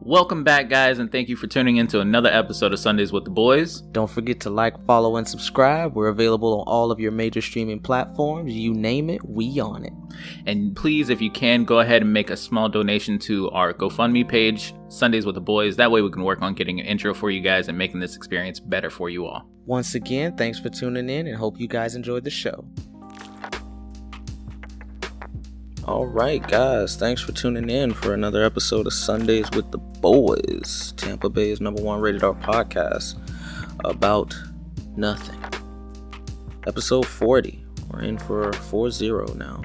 Welcome back, guys, and thank you for tuning in to another episode of Sundays with the Boys. Don't forget to like, follow, and subscribe. We're available on all of your major streaming platforms. You name it, we on it. And please, if you can, go ahead and make a small donation to our GoFundMe page, Sundays with the Boys. That way, we can work on getting an intro for you guys and making this experience better for you all. Once again, thanks for tuning in and hope you guys enjoyed the show. All right, guys, thanks for tuning in for another episode of Sundays with the Boys, Tampa Bay's number one rated R podcast about nothing. Episode 40. We're in for 4 0 now.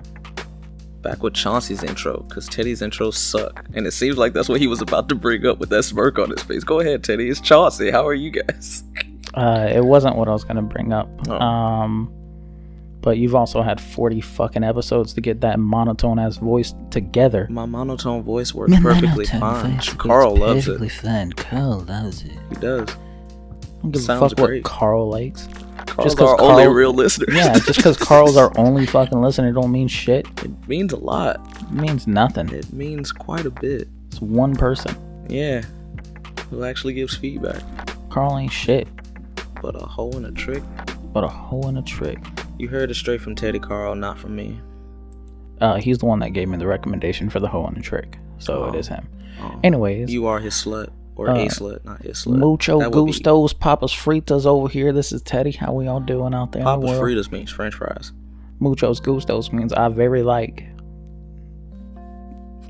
Back with Chauncey's intro, because Teddy's intros suck. And it seems like that's what he was about to bring up with that smirk on his face. Go ahead, Teddy. It's Chauncey. How are you guys? Uh, it wasn't what I was gonna bring up. Oh. Um, but you've also had forty fucking episodes to get that monotone ass voice together. My monotone voice works perfectly fine. Carl loves it. fine. Carl loves it. He does. don't give Sounds a fuck great. what Carl likes. Carl's 'cause our only Carl- real listener. Yeah, just because Carl's our only fucking listener don't mean shit. It means a lot. It means nothing. It means quite a bit. It's one person. Yeah. Who actually gives feedback. Carl ain't shit, But a hoe and a trick. but a hoe and a trick. You heard it straight from Teddy Carl, not from me. Uh, he's the one that gave me the recommendation for the hoe and a trick, so it Oh. is him. Oh. Anyways, You are his slut. Or Uh, a slut, not his slut. Mucho That would be- gustos, papas fritas over here. This is Teddy. How we all doing out there? in the Papa world? Fritas means french fries. Muchos gustos means I very like.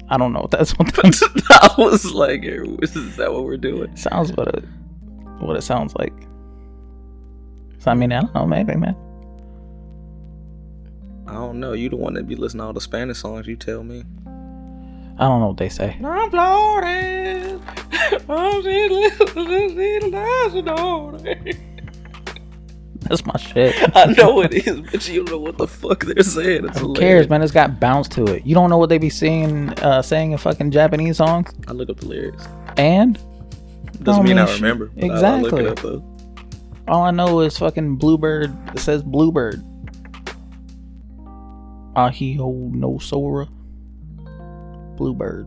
I don't know what that's what that I was like, is that what we're doing? sounds. What it what it sounds like. So I mean, I don't know. Maybe, man. I don't know. You the one that be listening to all the Spanish songs. You tell me. I don't know what they say. I'm Flores. i That's my shit. know it is, but you don't know what the fuck they're saying. It's Who hilarious. cares, man? It's got bounce to it. You don't know what they be singing, uh, saying in fucking Japanese songs. I look up the lyrics. And Doesn't I mean I mean, sh- remember. but I, I look it exactly. up though. all I know is fucking Bluebird. It says Bluebird. Ah, Ahio no Sora. Bluebird.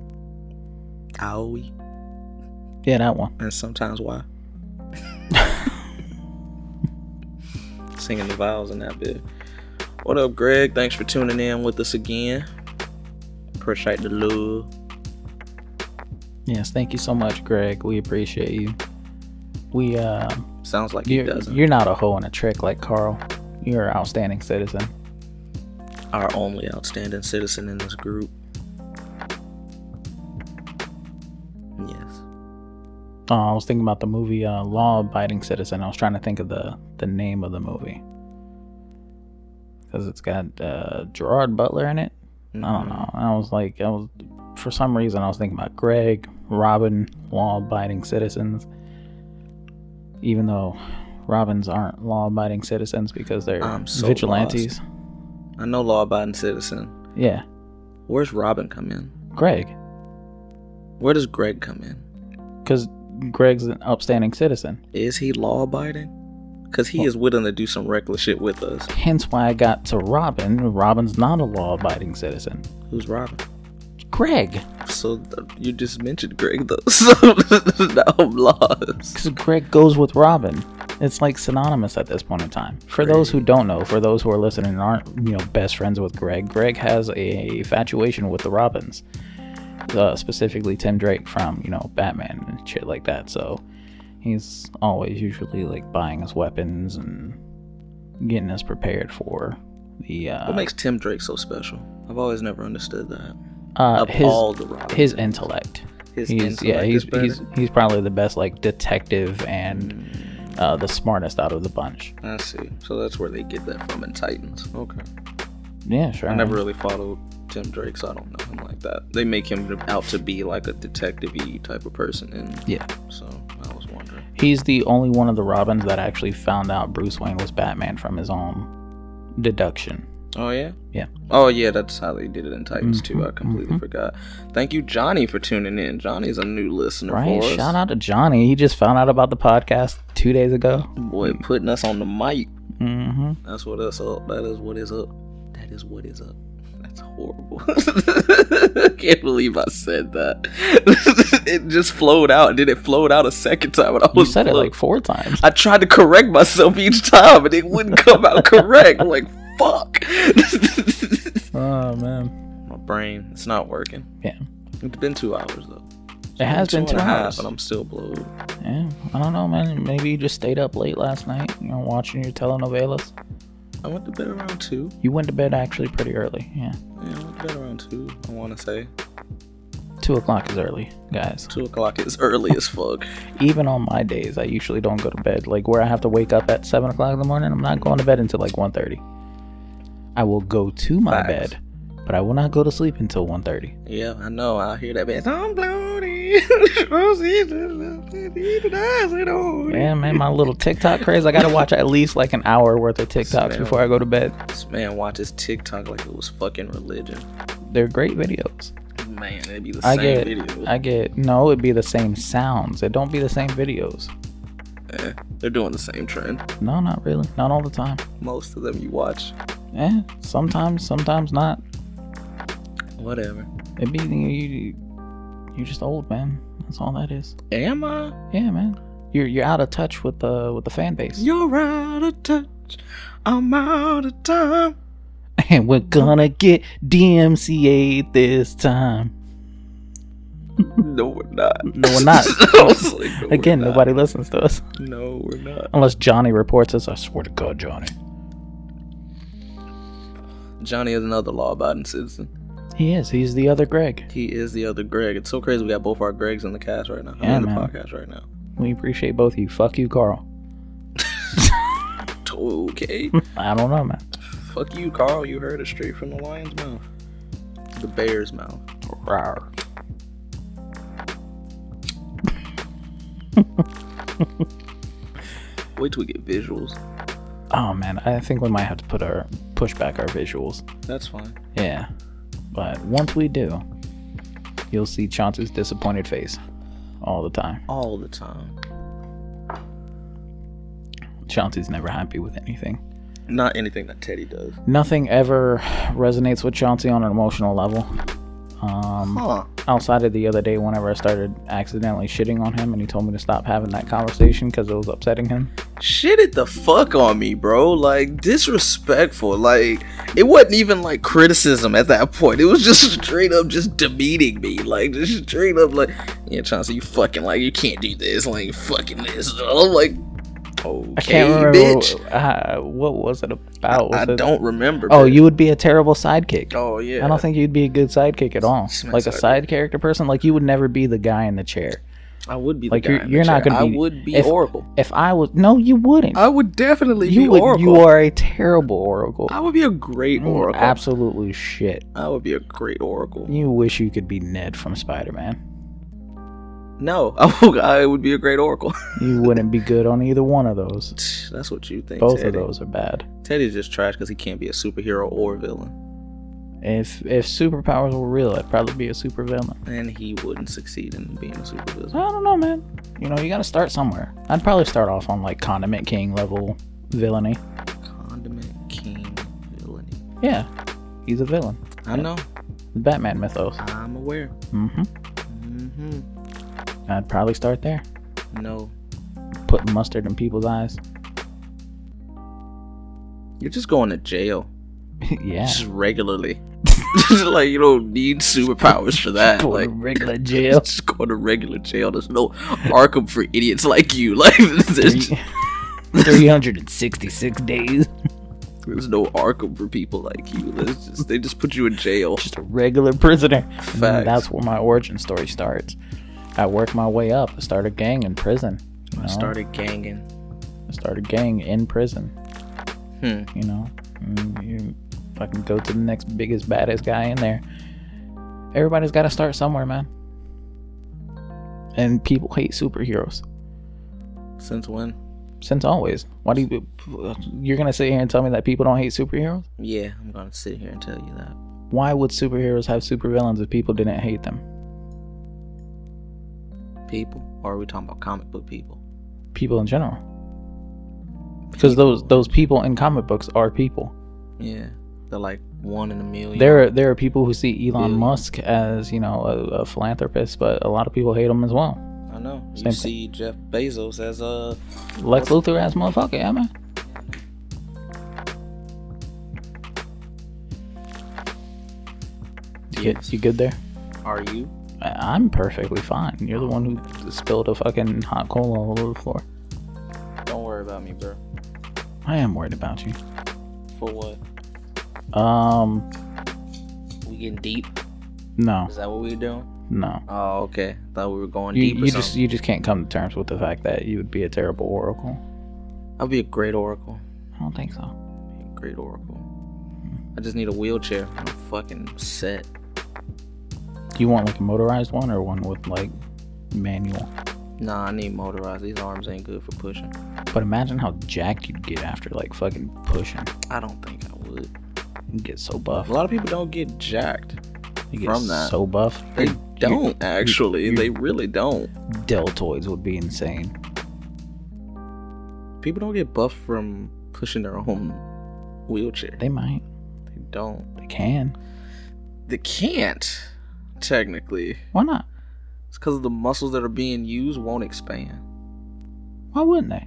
Aoi. Yeah, that one. And sometimes why? Singing the vowels in that bit. What up, Greg? Thanks for tuning in with us again. Appreciate the love. Yes, thank you so much, Greg. We appreciate you. We uh, Sounds like he you're, doesn't. you're not a hoe and a trick like Carl. You're an outstanding citizen. Our only outstanding citizen in this group. Yes. Uh, I was thinking about the movie uh, Law Abiding Citizen. I was trying to think of the the name of the movie because it's got uh, Gerard Butler in it. I Hmm. Mm-hmm. don't know. I was like, I was for some reason I was thinking about Greg, Robin, law-abiding citizens. Even though Robins aren't law-abiding citizens because they're I'm so vigilantes. I know law abiding citizen. Yeah, Where's Robin come in? Greg, Where does Greg come in? because Greg's an upstanding citizen. Is he law abiding? Because he is willing to do some reckless shit with us. Hence why I got to Robin. Robin's not a law-abiding citizen. Who's Robin? Greg, So th- you just mentioned Greg though. So now I'm lost. because Greg goes with Robin. It's like synonymous at this point in time. For those who don't know, for those who are listening and aren't, you know, best friends with Greg, Greg has a infatuation with the Robins, uh, specifically Tim Drake from, you know, Batman and shit like that. So he's always usually like buying his weapons and getting us prepared for the uh, What makes Tim Drake so special? I've always never understood that. uh Of all the Robins, his intellect. His he's, yeah, intellect he's, is better? he's he's probably the best like detective and uh, the smartest out of the bunch. I see. So that's where they get that from in Titans. Okay. Yeah, sure. I never really followed Tim Drake, so I don't know him like that. They make him out to be like a detective-y type of person, and Yeah, so I was wondering. he's the only one of the Robins that actually found out Bruce Wayne was Batman from his own deduction. Oh yeah. Yeah. Mm-hmm, Oh yeah, that's how they did it in Titans too. I completely forgot. Thank you, Johnny, for tuning in. Johnny's a new listener Right? for us. Shout out to Johnny. He just found out about the podcast two days ago. Boy, putting us on the mic. Mm-hmm. That's what is up. That is what is up. That is what is up. That's That's horrible. I can't believe I said that. it just flowed out, and then it flowed out a second time. And I You was said it blown. like four times. I tried to correct myself each time, and it wouldn't come out correct. I'm like, fuck. Oh man, My brain, it's not working. Yeah. It's been two hours though. it has been two and a half, hours. and I'm still blown. Yeah, I don't know, man. Maybe you just stayed up late last night, you know, watching your telenovelas. I went to bed around two. You went to bed actually pretty early. Yeah, Yeah, I went to bed around two. I want to say two o'clock is early, guys. two o'clock is early as fuck. Even on my days, I usually don't go to bed. Like where I have to wake up at seven o'clock in the morning, I'm not going to bed until like 1.30. I will go to my Facts. bed, but I will not go to sleep until 1.30. Yeah, I know. I hear that bass. I'm bloated. Yeah, man, my little TikTok craze. I gotta watch at least like an hour worth of TikToks Smell. before I go to bed. This man watches TikTok like it was fucking religion. They're great videos. Man, it'd be the I same get, video. I get. No, it'd be the same sounds. It don't be the same videos. Eh, they're doing the same trend. No, not really. Not all the time. Most of them you watch. Eh, sometimes, sometimes not. Whatever. It be you. You're just old, man. That's all that is. Am I? Yeah, man. You're you're out of touch with the with the fan base. You're out of touch. I'm out of time. And we're gonna get DMCA this time. No, we're not. No, we're not. I was like, no, we're Again, not. nobody listens to us No, we're not. unless Johnny reports us. I swear to God, Johnny. Johnny is another law-abiding citizen. He is. He's the other Greg. He is the other Greg. It's so crazy. We got both our Gregs in the cast right now. I mean, Yeah, in the man. podcast right now. We appreciate both of you. Fuck you, Carl. Okay. I don't know, man. Fuck you, Carl. You heard it straight from the lion's mouth. The bear's mouth. Rawr. Wait till we get visuals. Oh man, I think we might have to put our push back our visuals. That's fine. Yeah. But once we do, you'll see Chauncey's disappointed face all the time. All the time. Chauncey's never happy with anything. Not anything that Teddy does. Nothing ever resonates with Chauncey on an emotional level. Um, Huh. outside of the other day, whenever I started accidentally shitting on him and he told me to stop having that conversation because it was upsetting him. Shit it the fuck on me, bro. Like disrespectful. Like it wasn't even like criticism at that point. It was just straight up just demeaning me. Like just straight up like yeah, Chauncey, you fucking like you can't do this. Like you fucking this. I'm like okay, I can't remember bitch. Uh, what was it about. I Was it- don't remember. Oh, bitch. you would be a terrible sidekick. Oh yeah. I don't think you'd be a good sidekick at all. Smack Like a sidekick. side character person, like you would never be the guy in the chair. I would be the Like, guy you're- in the you're not chair. gonna I be- would be if- Oracle. If I was, no, you wouldn't. I would definitely be you would. Oracle. You are a terrible oracle. I would be a great Mm, Oracle. Absolutely shit. I would be a great Oracle. You wish you could be Ned from Spider-Man. No, I would, I would be a great Oracle. You wouldn't be good on either one of those. That's what you think. Both of Teddy. those are bad. Teddy's just trash because he can't be a superhero or villain, If if superpowers were real, I'd probably be a supervillain. and he wouldn't succeed in being a I supervillain. don't know, man. You know, you got to start somewhere. I'd probably start off on like Condiment King level villainy. Condiment King villainy. Yeah, he's a villain. I know. The Batman mythos. I'm aware. hmm hmm I'd probably start there. No, Put mustard in people's eyes. you're just going to jail yeah. just regularly. like you don't need superpowers for that. Going Like to regular jail. just going to regular jail. There's no Arkham for idiots like you. Like there's, Three- 366 days. there's no Arkham for people like you. There's just, they just put you in jail. Just a regular prisoner. And then Facts. Mm, That's where my origin story starts. I worked my way up. I started a gang in prison. You know? I started ganging. I started a gang in prison. Hmm. You know? And You fucking go to the next biggest, baddest guy in there. Everybody's got to start somewhere, man. And people hate superheroes. Since when? since always. Why do you you're gonna sit here and tell me that people don't hate superheroes? Yeah, I'm gonna sit here and tell you that. Why would superheroes have supervillains if people didn't hate them? People, or are we talking about comic book people? People in general, because those those people in comic books are people. Yeah. They're like one in a million. There are there are people who see Elon Yeah. Musk as you know a, a philanthropist, but a lot of people hate him as well. I know. You Same thing. see Jeff Bezos as uh, a Lex Luthor ass motherfucker, yeah man. You good, you good there? are you? I- I'm perfectly fine. You're the one who spilled a fucking hot coal all over the floor. Don't worry about me, bro. I am worried about you. For what? Um, We getting deep? no, Is that what we doing? no. Oh, okay. Thought we were going You, deep. Or you just something. you just can't come to terms with the fact that you would be a terrible oracle. I'll be a great oracle. I don't think so. Be a great oracle. I just need a wheelchair. I'm fucking set. Do you want like a motorized one or one with like manual? Nah, I need motorized. These arms ain't good for pushing. But imagine how jacked you'd get after like fucking pushing. I don't think I would. You get so A buff. lot of people don't get jacked. You get from that. so buff. They Your don't actually. you- They really don't. deltoids would be insane. People don't get buff from pushing their own wheelchair. They might. They don't. They can. They can't. Technically, Why not? it's because the muscles that are being used won't expand. Why wouldn't they?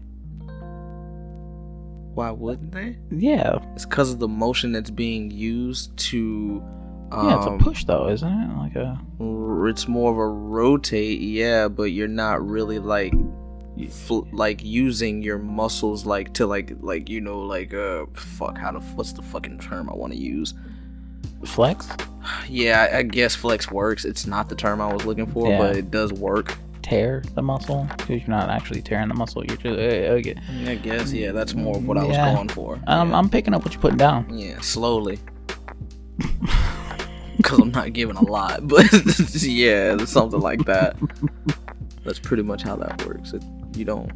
Why wouldn't they? Yeah. It's because of the motion that's being used to. Um, Yeah, it's a push though, isn't it? Like a r- It's more of a rotate, yeah, but you're not really like, fl- like using your muscles like to like like you know like uh fuck how to what's the fucking term I want to use? flex? Yeah, I- I guess flex works. It's not the term I was looking for, Yeah. but it does work. Tear the muscle? Because you're not actually tearing the muscle. You're just. eh, okay. I guess yeah, that's more of what I was Yeah. going for. I'm, yeah. I'm picking up what you're putting down. Yeah, slowly. Because I'm not giving a lot, but yeah, something like that. That's pretty much how that works. It, you don't.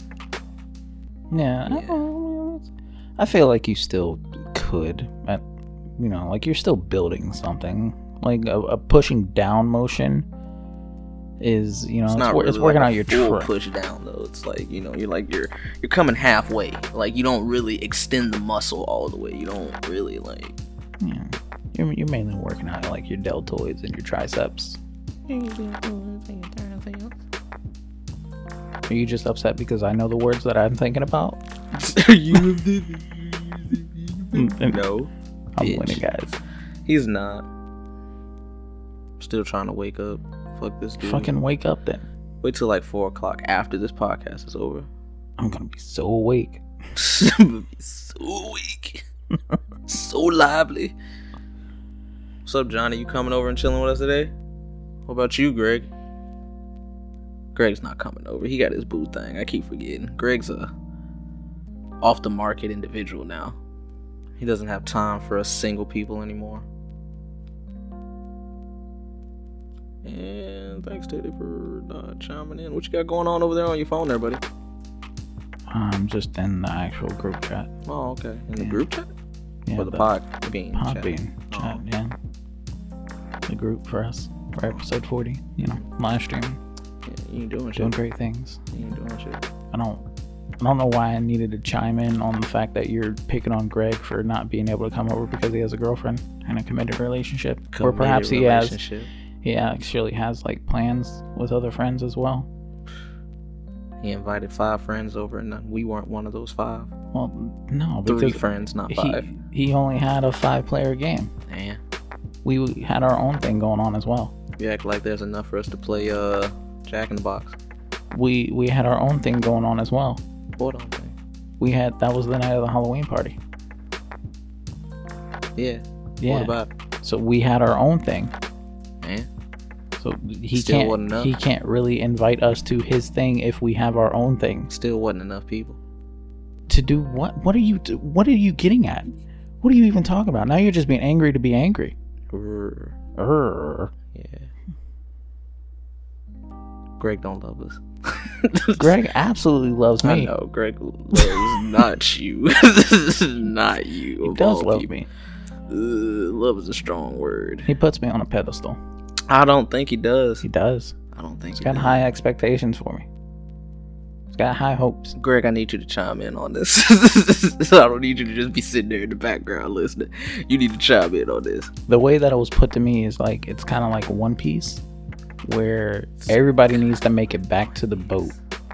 Yeah. I- I feel like you still could. At, you know, like you're still building something. Like a, a pushing down motion is, you know, it's, It's not wor- really it's working like out a your full trick. push down though. It's like you know, you're like you're you're coming halfway. Like you don't really extend the muscle all the way. You don't really like. Yeah. You're, you're mainly working out like your deltoids and your triceps. Are you just upset because I know the words that I'm thinking about? you Mm, no, I'm Bitch. winning, guys. he's not. Still trying to wake up. Fuck this dude. Fucking wake up then. Wait till like four o'clock after this podcast is over. I'm gonna be so awake. so weak, so lively. What's up, Johnny? You coming over and chilling with us today? What about you, Greg? Greg's not coming over. He got his boo thing. I keep forgetting. Greg's a off the market individual now. He doesn't have time for us single people anymore. And thanks, Teddy, for uh, chiming in. What you got going on over there on your phone, there, buddy? I'm just in the actual group chat. Oh, okay. In the Yeah. group chat? Yeah, or the, pod bean pod chat? bean Oh. chat, yeah. The group for us for episode 40. You know, live streaming, Yeah, you ain't doing doing shit. great things. You ain't doing shit. I don't, I don't know why I needed to chime in on the fact that you're picking on Greg for not being able to come over because he has a girlfriend and a committed relationship, or perhaps he has Relationship. he actually has like plans with other friends as well. He invited five friends over, and none- we weren't one of those five. Well, no, Three because friends, not five. he he only had a five-player game. Yeah. We had our own thing going on as well. You act like there's enough for us to play uh Jack in the Box. We we had our own thing going on as well. What on thing? We had that was the night of the Halloween party. Yeah. Yeah. What about? it? so we had our own thing. Yeah. So he Still can't wasn't enough. he can't really invite us to his thing if we have our own things Still wasn't enough people. to do. What what are you do- what are you getting at? What are you even talking about? Now you're just being angry to be angry. Grr. Err. Yeah. Greg don't love us. Greg absolutely loves I me. know Greg loves not you. not you. He of does all love people. me. Uh, love is a strong word. He puts me on a pedestal. I don't think he does. He does. I don't think He's he got does. high expectations for me. He's got high hopes. Greg, I need you to chime in on this. I don't need you to just be sitting there in the background listening. You need to chime in on this. The way that it was put to me is like it's kind of like One Piece, where everybody needs to make it back to the boat.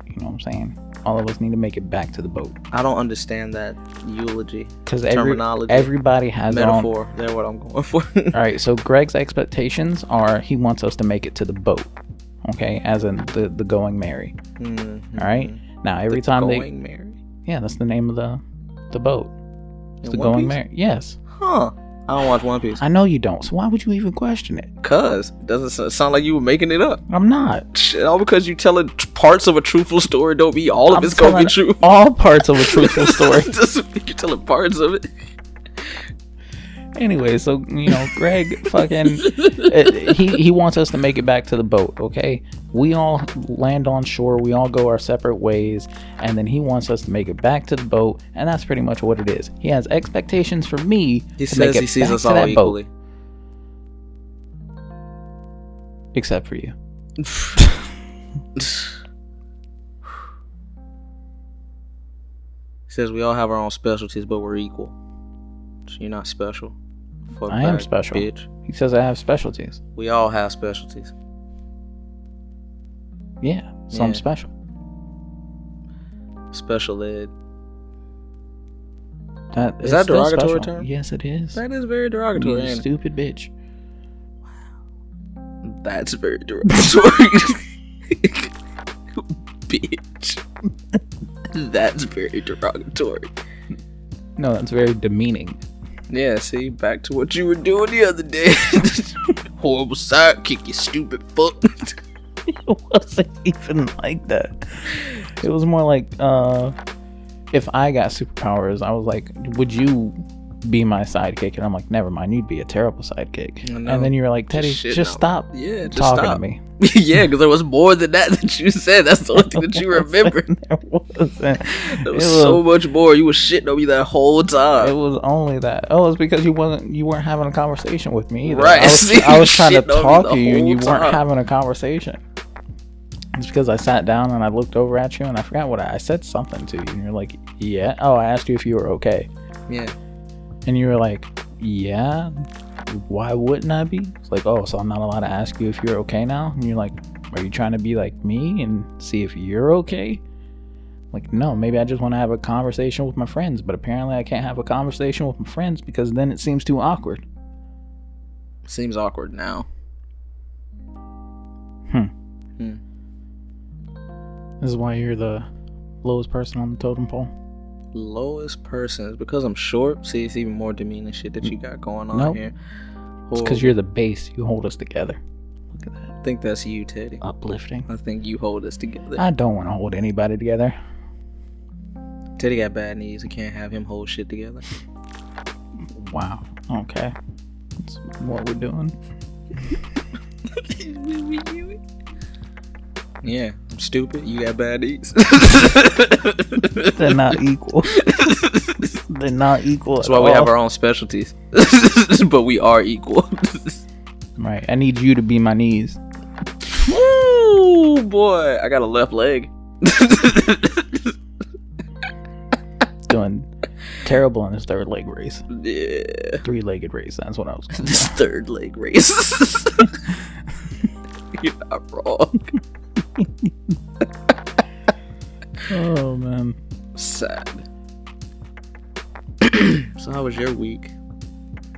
You know what I'm saying? All of us need to make it back to the boat I don't understand that eulogy, because every, terminology, everybody has their own metaphor. They're what I'm going for. All right, so Greg's expectations are he wants us to make it to the boat, okay, as in the, the going Mary. Mhm. All right. Now every The time they going Mary. yeah, that's the name of the the boat. It's In the One going Piece? Mary. Yes, Huh. I don't watch One Piece. I know you don't. So why would you even question it? Cuz doesn't so- sound like you were making it up. I'm not. Shit, all because you telling t- parts of a truthful story don't be all of I'm it's gonna telling be true. All parts of a truthful story. Doesn't mean you telling parts of it. anyway, so you know, Greg, fucking, uh, he he wants us to make it back to the boat. Okay, we all land on shore. We all go our separate ways, and then he wants us to make it back to the boat. And that's pretty much what it is. He has expectations for me. He to make says it he sees back us to all that equally. boat, except for you. he says we all have our own specialties, but we're equal. So you're not special. Fuck I am back, special. Bitch. He says I have specialties. We all have specialties. Yeah, so I'm Yeah. special. Special ed. That Is it's that a still derogatory special. term? Yes, it is. That is very you derogatory. ain't it? stupid bitch. That's very derogatory. Bitch. That's very derogatory. No, that's very demeaning. Yeah, see, back to what you were doing the other day. Horrible sidekick, you stupid fuck. it wasn't even like that. It was more like, uh, if I got superpowers, I was like, would you be my sidekick? And I'm like, never mind, you'd be a terrible sidekick. I know. And then you were like, Teddy, shitting just, on stop yeah, just talking stop. to me. yeah, because there was more than that that you said. That's the only thing that you remember. There wasn't. There was it was- so much more. You were shitting on me that whole It time. was only that. Oh, it's because you wasn't you weren't having a conversation with me either. Right, I was, see, I you was trying to shitting on me talk the to you and you whole weren't time. having a conversation. It's because I sat down and I looked over at you and I forgot what I, I said something to you and you're like, "Yeah." Oh, I asked you if you were okay. Yeah. And you were like, "Yeah." Why wouldn't I be? It's like, "Oh, so I'm not allowed to ask you if you're okay now?" And you're like, "Are you trying to be like me and see if you're okay?" Like, no, maybe I just want to have a conversation with my friends, but apparently I can't have a conversation with my friends because then it seems too awkward. Seems awkward now. This is why you're the lowest person on the totem pole. Lowest person is because I'm short. See, it's even more demeaning shit that you got going on Nope. here. It's because you're the base. You hold us together. Look at that. I think that's you, Teddy. Uplifting. I think you hold us together. I don't want to hold anybody together. Teddy got bad knees. We can't have him hold shit together. Wow. Okay. That's what we're doing. Yeah, I'm stupid. You got bad knees. They're not equal. They're not equal. That's why we have our own specialties, but we are equal. Right. I need you to be my knees. Ooh, boy, I got a left leg. Doing terrible in this third leg race. yeah, Three legged race. That's what I was. this third leg race. You're not wrong. Oh, man. Sad. so how was your week?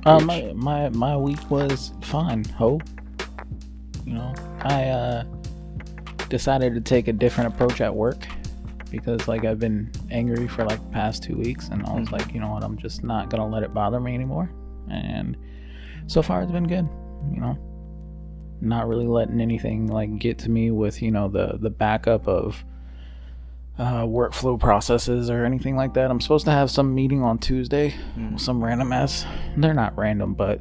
Uh, Bitch. my, my my week was fine, ho. You know, I uh, decided to take a different approach at work because like I've been angry for like the past two weeks, and I was Mhm. like, you know what, I'm just not gonna let it bother me anymore. And so far, it's been good. You know, not really letting anything like get to me with you know the the backup of uh, workflow processes or anything like that. I'm supposed to have some meeting on Tuesday some random ass. They're not random, but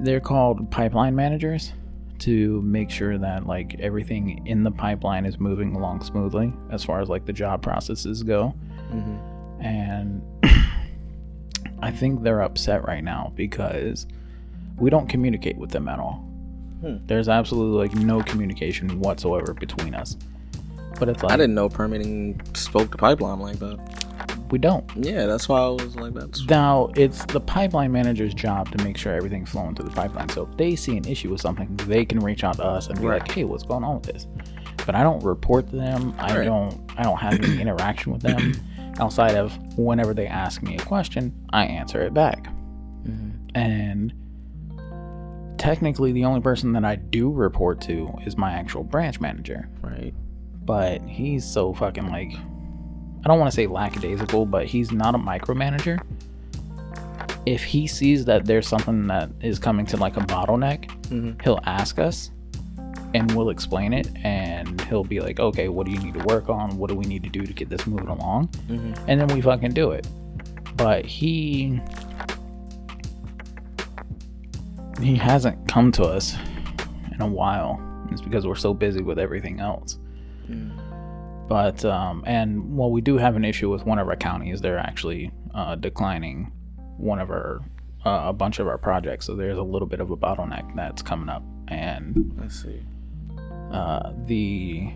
they're called pipeline managers to make sure that like everything in the pipeline is moving along smoothly as far as like the job processes go. Mm-hmm. And I think they're upset right now because we don't communicate with them at all. Hmm. There's absolutely like no communication whatsoever between us. But it's I like didn't know permitting spoke to pipeline like that. we don't. Yeah, that's why I was like, that's Now it's the pipeline manager's job to make sure everything's flowing through the pipeline. So if they see an issue with something, they can reach out to us and be Right. like, "Hey, what's going on with this?" But I don't report to them. I Right. don't. I don't have any interaction with them outside of whenever they ask me a question, I answer it back. Mm-hmm. And technically, the only person that I do report to is my actual branch manager. right. But he's so fucking like, I don't want to say lackadaisical, but he's not a micromanager. If he sees that there's something that is coming to like a bottleneck, Mhm. he'll ask us and we'll explain it. And he'll be like, okay, what do you need to work on? What do we need to do to get this moving along? Mhm. and then we fucking do it. But he he hasn't come to us in a while. It's because we're so busy with everything else. Mm-hmm. But um, and well, we do have an issue with one of our counties. They're actually uh, declining one of our uh, a bunch of our projects. So there's a little bit of a bottleneck that's coming up, and I see. uh, the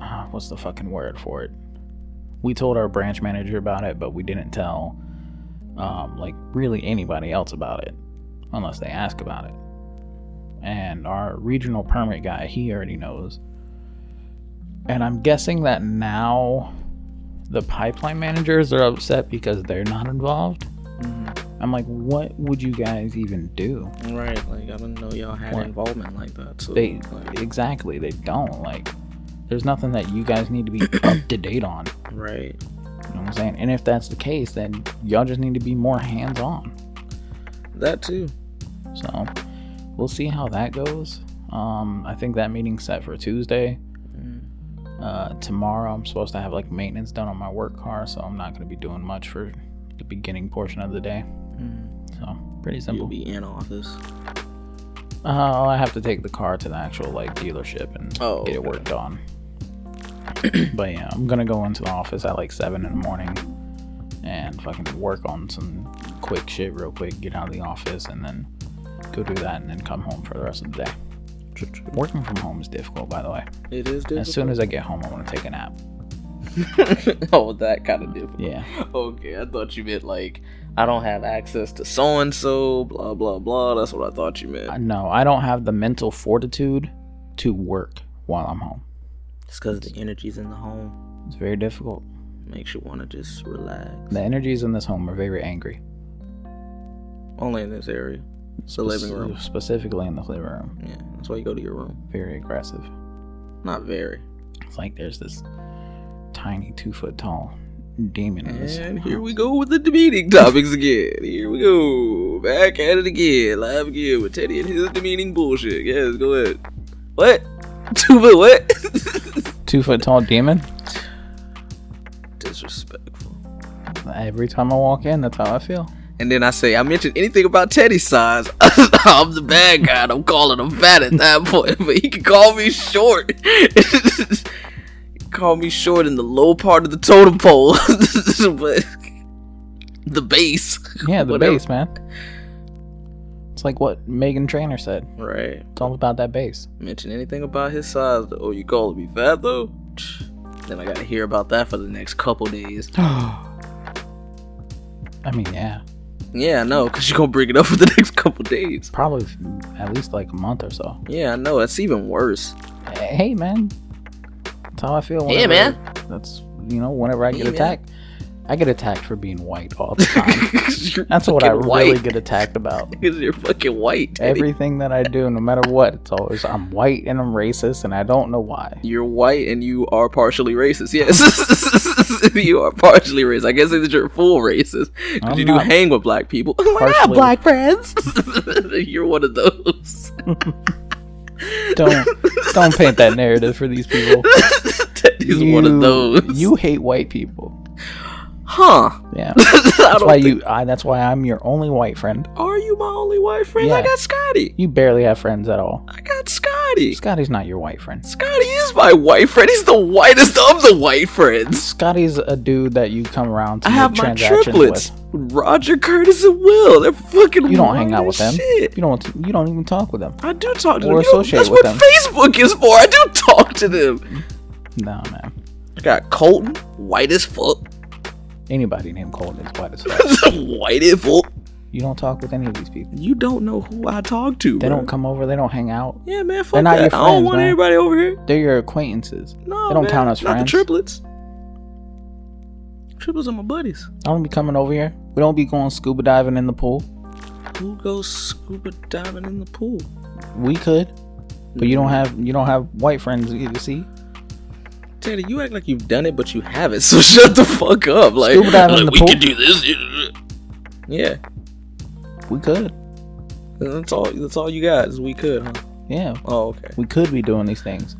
uh, what's the fucking word for it? We told our branch manager about it, but we didn't tell um, like really anybody else about it unless they ask about it. And our regional permit guy, he already knows. And I'm guessing that now the pipeline managers are upset because they're not involved. I'm like, what would you guys even do? Right, like I didn't know y'all had What? involvement like that. So they like, exactly they don't like there's nothing that you guys need to be up to date on you right. know what i'm saying and if that's the case then y'all just need to be more hands on That too. so we'll see how that goes um i think that meeting's set for tuesday Mm. uh tomorrow i'm supposed to have like maintenance done on my work car so i'm not going to be doing much for the beginning portion of the day so pretty Mm. You'll simple be in office. uh, i have to take the car to the actual like dealership and Oh, get it okay. worked on. but yeah, I'm gonna go into the office at like seven in the morning and fucking work on some quick shit real quick, get out of the office and then go do that and then come home for the rest of the day. Working from home is difficult by the way. It is difficult. As soon as I get home I wanna take a nap. oh, that kind of difficult. Yeah. Okay, I thought you meant like I don't have access to so and so, blah blah blah. That's what I thought you I- meant. No, I don't have the mental fortitude to work while I'm home. It's because the energy's in the home It's very difficult. makes you want to just relax. The energies in this home are very angry. Only in this area. It's the living room. Specifically in the living room. Yeah, that's why you go to your room. Very aggressive. Not very. It's like there's this tiny two foot tall demon in this. And here we go with the demeaning topics again. Here we go. Back at it again. Live again with Teddy and his demeaning bullshit. Yes, go ahead. What? Two foot what? Two foot tall demon? Disrespectful. Every time I walk in, that's how I feel. And then I say, I mentioned anything about Teddy's size. I'm the bad guy. and I'm calling him fat at that point, but he can call me short. call me short in the low part of the totem pole, but the base. Yeah, the Whatever. bass, man. It's like what Megan Trainer said. Right. It's all about that bass. mention anything about his size. though. Oh, you calling me fat though? Then I gotta hear about that for the next couple days. I mean, yeah, Yeah, I know, cause you're gonna bring it up for the next couple days. probably f- at least like a month or so. Yeah, I know. That's even worse. Hey, man. That's how I feel. Yeah, whenever- That's, you know, whenever I Yeah, get man. attacked, I get attacked for being white all the time. you're that's what I fucking really white. get attacked about. Cause you're fucking white. Teddy. Everything that I do, no matter what, it's always I'm white and I'm racist, and I don't know why. You're white and you are partially racist. Yes, you are partially racist. I guess that you're full racist because I'm you do not hang with black people. Oh, I have partially- black friends. you're one of those. Don't don't paint that narrative for these people. Teddy's one of those. You hate white people. huh? Yeah, I that's don't why you. I, that's why I'm your only white friend. Are you my only white friend? I Yeah. got Scotty. You barely have friends at all. I got Scotty. Scotty's not your white friend. Scotty is my white friend. He's the whitest of the white friends. Scotty's a dude that you come around to I make have my transactions triplets. with. Roger, Curtis, and Will. They're fucking You don't hang white out with as them. Shit. You don't. You don't even talk with them. I do talk to them. Or You know, associate that's what with them. Facebook is for. I do talk to them. No, man. I got Colton, white as fuck. Anybody named Colton is white as fuck. white as fuck. You don't talk with any of these people. You don't know who I talk to. They bro. don't come over. They don't hang out. Yeah, man, They're fuck not that. your I don't friends, want man. everybody over here. They're your acquaintances. No, They don't man, count as Not the friends. triplets. Triplets are my buddies. I don't be coming over here. We don't be going scuba diving in the pool. Who goes scuba diving in the pool? We could, but you don't Mm-hmm. have you don't have white friends. You see, Teddy, you act like you've done it, but you haven't. So shut the fuck up. Like, Scuba diving in like, the we pool? can do this. Yeah, we could. that's all. That's all you got is we could, huh? Yeah, Oh, okay. we could be doing these things.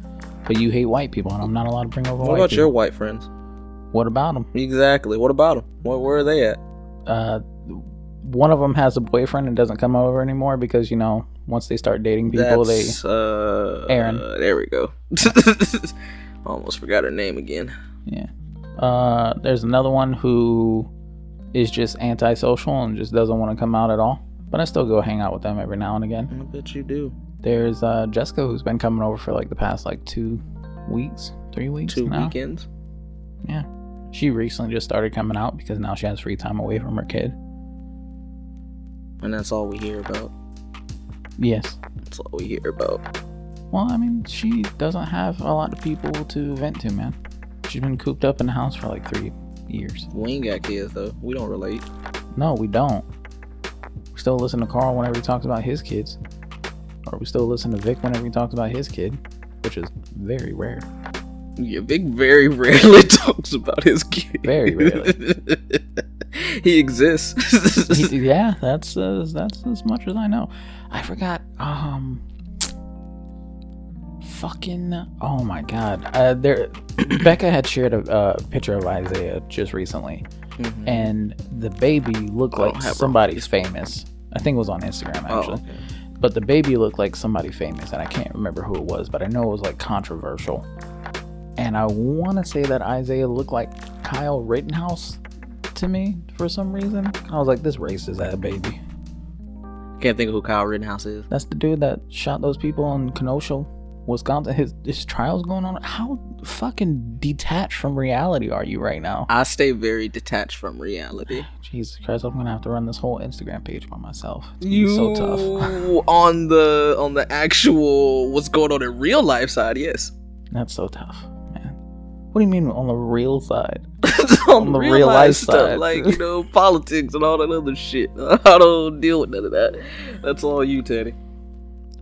But you hate white people, and I'm not allowed to bring over What white about your people. white friends? What about them? Exactly. What about them? Where, where are they at? Uh, one of them has a boyfriend and doesn't come over anymore because you know once they start dating people, That's, uh, Aaron. there we go. Almost forgot her name again. they yeah. Uh, there's another one who is just antisocial and just doesn't want to come out at all. But I still go hang out with them every now and again. I bet you do. There's uh, Jessica who's been coming over for like the past like two weeks, three weeks Two now. weekends. Yeah. She recently just started coming out because now she has free time away from her kid. And that's all we hear about. Yes. That's all we hear about. Well, I mean, she doesn't have a lot of people to vent to, man. She's been cooped up in the house for like three years. We ain't got kids though. We don't relate. No, we don't. We still listen to Carl whenever he talks about his kids. Or we still listen to Vic whenever he talks about his kid, which is very rare. Yeah, Vic very rarely talks about his kids. Very rarely. he exists. He- yeah, that's uh, that's as much as I know. I forgot. Um, fucking. Oh my god. Uh, there, Becca had shared a, a picture of Isaiah just recently, Mm-hmm. Mhm. and the baby looked Oh, I don't like have her on somebody's famous. I think it was on Instagram Oh, actually, okay. but the baby looked like somebody famous, and I can't remember who it was, but I know it was like controversial. And I want to say that Isaiah looked like Kyle Rittenhouse to me for some reason. I was like, this racist that baby. Can't think of who Kyle Rittenhouse is. That's the dude that shot those people in Kenosha, Wisconsin. His his trial's going on. How fucking detached from reality are you right now? I stay very detached from reality. Jesus Christ, I'm gonna have to run this whole Instagram page by myself. It's gonna be so tough. on the on the actual what's going on in real life side, yes. That's so tough, man. What do you mean on the real side? on, the real life side. like you know politics and all that other shit. I don't deal with none of that. That's all you, Teddy.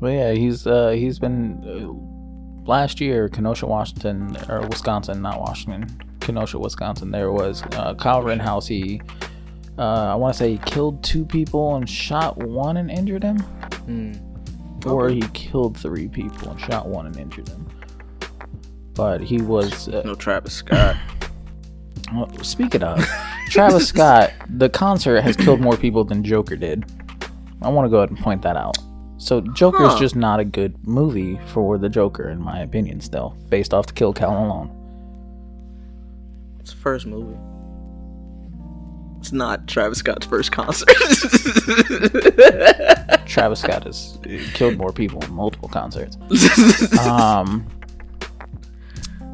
But yeah, he's uh he's been uh, last year Kenosha, Washington or Wisconsin, not Washington, Kenosha, Wisconsin. There was uh, Kyle Rittenhouse. He uh, I want to say he killed two people and shot one and injured him. Hmm. or he killed three people and shot one and injured him. But he was. Uh, No Travis Scott. well, speaking of, Travis Scott, the concert has killed more people than Joker did. I want to go ahead and point that out. So Joker is Huh. just not a good movie for the Joker, in my opinion. Still, based off the Kill Count alone, It's the first movie. It's not Travis Scott's first concert. Travis Scott has uh, killed more people in multiple concerts. um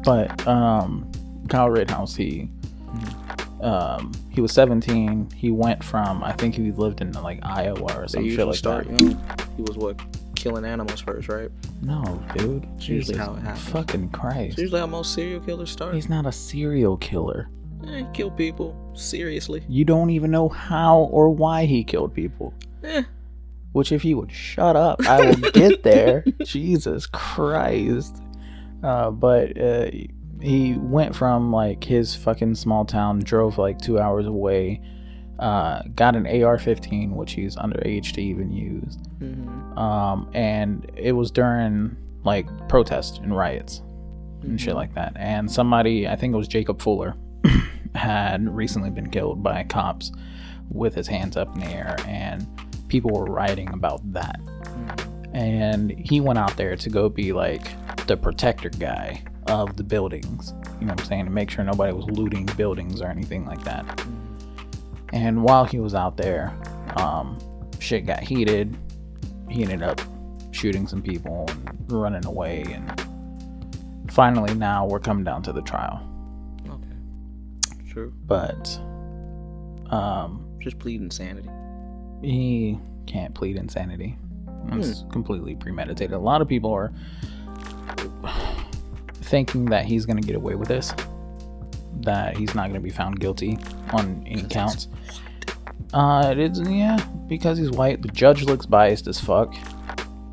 but um Kyle Rittenhouse he um he was 17 he went from I think he lived in like Iowa or they some shit usually like start. that You know, he was what killing animals first, right? no dude Jesus usually how it happens. fucking Christ It's usually how most serial killers start. he's not a serial killer Eh, he kill people seriously. you don't even know how or why he killed people Eh. which if you would shut up i will get there jesus christ uh, but uh, he went from like his fucking small town drove like two hours away uh, got an ar-15 which he's underage to even use Mhm. um, and it was during like protests and riots and shit Mhm. like that. And somebody, I think it was Jacob Fuller, had recently been killed by cops with his hands up in the air, and people were writing about that. And he went out there to go be like the protector guy of the buildings, you know what I'm saying, to make sure nobody was looting buildings or anything like that. And while he was out there, um, shit got heated. He ended up shooting some people and running away and finally now we're coming down to the trial. Mm-hmm. Okay. Sure. But um Just plead insanity. he can't plead insanity. It's completely premeditated. A lot of people are thinking that he's going to get away with this, that he's not going to be found guilty on any counts. Uh, it is, yeah, because he's white. The judge looks biased as fuck.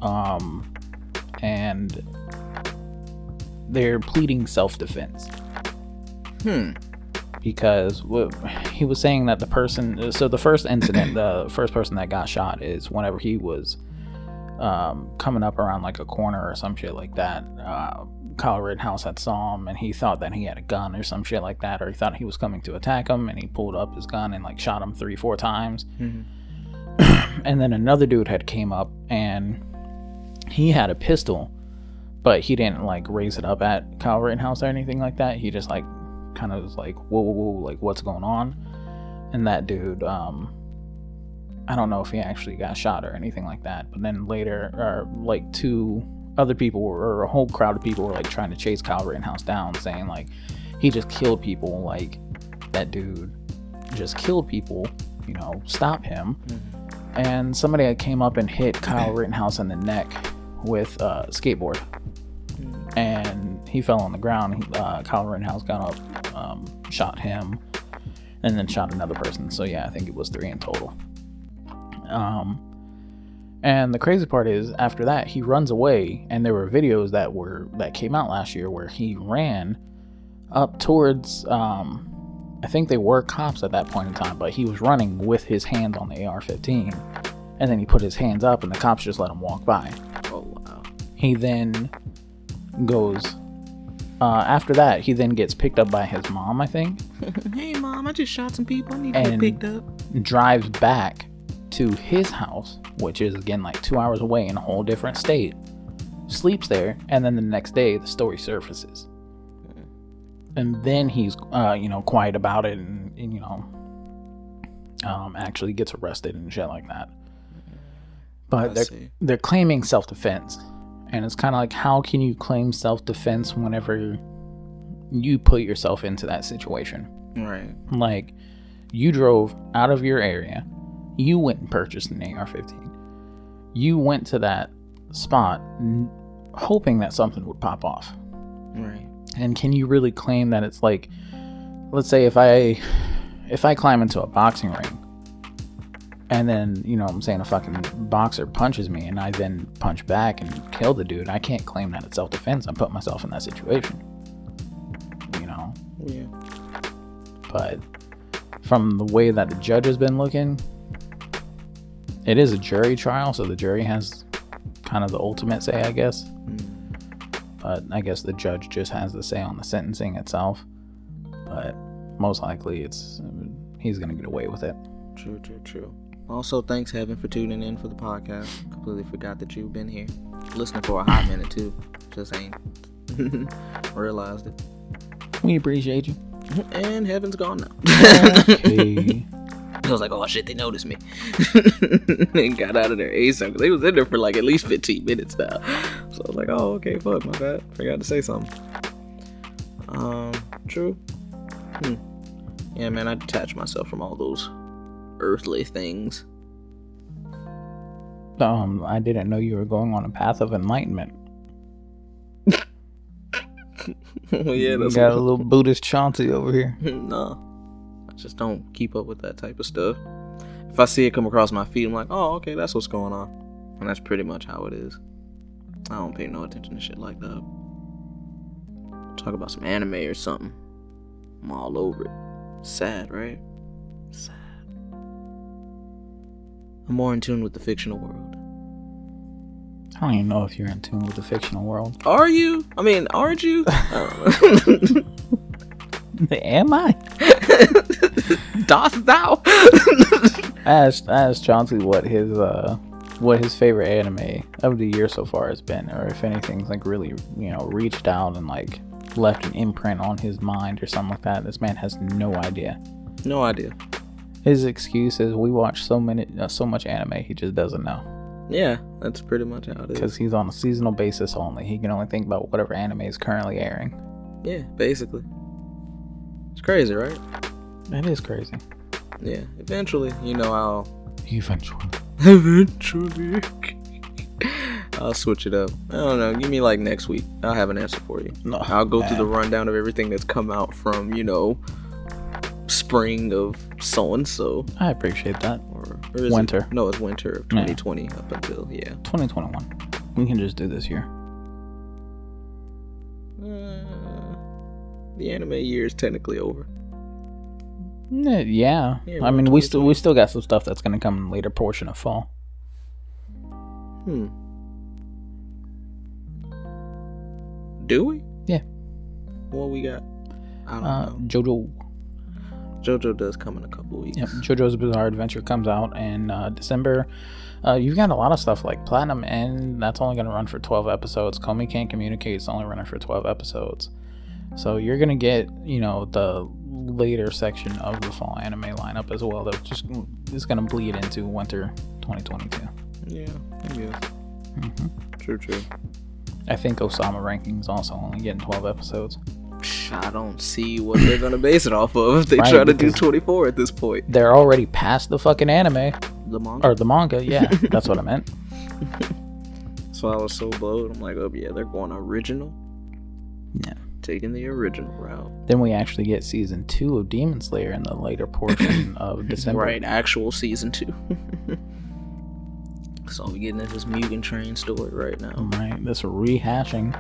Um, and they're pleading self defense Hmm. because what, he was saying that the person so the first incident the first person that got shot is whenever he was um, coming up around like a corner or some shit like that uh, kyle rittenhouse had saw him and he thought that he had a gun or some shit like that or he thought he was coming to attack him and he pulled up his gun and like shot him three four times Mhm. and then another dude had came up and he had a pistol but he didn't like raise it up at Kyle Rittenhouse or anything like that. He just like kind of was like, whoa, whoa, whoa, like what's going on? And that dude, um, I don't know if he actually got shot or anything like that. But then later, or like two other people were, or a whole crowd of people were like trying to chase Kyle Rittenhouse down, saying like he just killed people, like that dude just killed people, you know, stop him. And somebody had came up and hit Kyle Rittenhouse in the neck with a skateboard and he fell on the ground. Uh, Kyle Rittenhouse got up, um, shot him, and then shot another person. So yeah, I think it was three in total. Um, and the crazy part is, after that, he runs away, and there were videos that were that came out last year where he ran up towards. Um, I think they were cops at that point in time, but he was running with his hands on the AR-15, and then he put his hands up, and the cops just let him walk by Oh wow. he then goes uh, after that he then gets picked up by his mom i think hey mom, I just shot some people. I need And- up. drives back to his house which is again like two hours away in a whole different state sleeps there and then the next day the story surfaces and then he's uh, you know quiet about it and, and you know um, actually gets arrested and shit like that but they're, see. they're claiming self-defense and it's kind of like how can you claim self-defense whenever you put yourself into that situation Right. like, you drove out of your area, you went and purchased an AR 15. You went to that spot n- hoping that something would pop off. Right. And can you really claim that it's like, let's say if I. If I climb into a boxing ring and then, you know what I'm saying, a fucking boxer punches me and I then punch back and kill the dude, I can't claim that it's self defense. I'm putting myself in that situation. You know? Yeah. but from the way that the judge has been looking, it is a jury trial, so the jury has kind of the ultimate say, I guess. Mm. But I guess the judge just has the say on the sentencing itself. But most likely, it's he's gonna get away with it. True. True. True. Also, thanks heaven for tuning in for the podcast. Completely forgot that you've been here, listening for a hot minute too. Just ain't realized it. We appreciate you. And heaven's gone now. Hey. I was like, oh shit, they noticed me. and got out of there ASAP. They was in there for like at least 15 minutes now. So I was like, oh okay, fuck, my bad. Forgot to say something. Um, true. Hmm. Yeah, man, I detached myself from all those earthly things. um, I didn't know you were going on a path of enlightenment. well, yeah, you that's got a little Buddhist Chauncey over here. nah. I just don't keep up with that type of stuff. If I see it come across my feed, I'm like, oh okay, that's what's going on. And that's pretty much how it is. I don't pay no attention to shit like that. Talk about some anime or something. I'm all over it. Sad, right? Sad. I'm more in tune with the fictional world. I don't even know if you're in tune with the fictional world. Are you? I mean, aren't you? I don't know. Am I? Dost thou? I asked, I asked Chauncey what his uh what his favorite anime of the year so far has been, or if anything's like really you know reached out and like left an imprint on his mind or something like that. This man has no idea. no idea. His excuse is we watch so many uh, so much anime, he just doesn't know. Yeah, that's pretty much how it is. because he's on a seasonal basis only. He can only think about whatever anime is currently airing. Yeah, basically. It's crazy, right? That is crazy. Yeah. Eventually, you know, I'll Eventually. eventually I'll switch it up. I don't know. Give me like next week. I'll have an answer for you. No, I'll go through the man. rundown of everything that's come out from, you know, spring of so and so I appreciate that. or or is it- Winter. no, it's winter of Yeah. 2020 up until yeah. 2021. We can just do this year. Uh, the anime year is technically over. Yeah. yeah. Yeah, we're I mean, we still we still got some stuff that's gonna come in later portion of fall. Hmm. Do we? Yeah. What we got? I don't Uh, know. JoJo. JoJo does come in a couple weeks. Yep, JoJo's Bizarre Adventure comes out in uh, December. Uh, you've got a lot of stuff like Platinum, and that's only going to run for 12 episodes. Comey can't communicate; it's only running for 12 episodes. So you're going to get, you know, the later section of the fall anime lineup as well. That just is going to bleed into winter 2022. Yeah. Yeah. hmm True. True. I think Osama rankings also only getting 12 episodes. Psh, I don't see what they're gonna base it off of if they Right, try to do because- 24 at this point. They're already past the fucking anime The manga. or the manga. Yeah, that's what I meant. So I was so blowed. I'm like, oh yeah, they're going original. Yeah. Taking the original route. Then we actually get season two of Demon Slayer in the later portion of December. Right. Actual season two. so we're getting into this Mugen Train story right now. Right. This rehashing.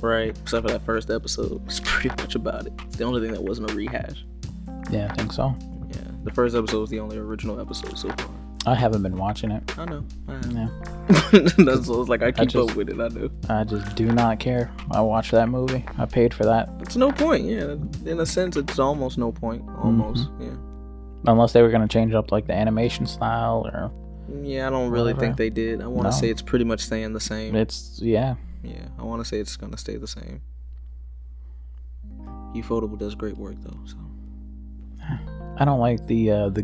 Right. Except for that first episode. It's pretty much about it. It's the only thing that wasn't a rehash. Yeah, I think so. Yeah. The first episode was the only original episode so far. I haven't been watching it. I know. I know. Yeah. That's what I was like. I keep just- up with it. I know. I just do not care. I watched that movie. I paid for that. It's no point. Yeah. In a sense, it's almost no point. Mm-hmm. Almost. Yeah. Unless they were gonna change up like the animation style or Yeah, I don't really Whatever. think they did. I want to No. say it's pretty much staying the same. it's yeah. Yeah, I want to say it's gonna stay the same. Ufotable does great work though. So I don't like the uh the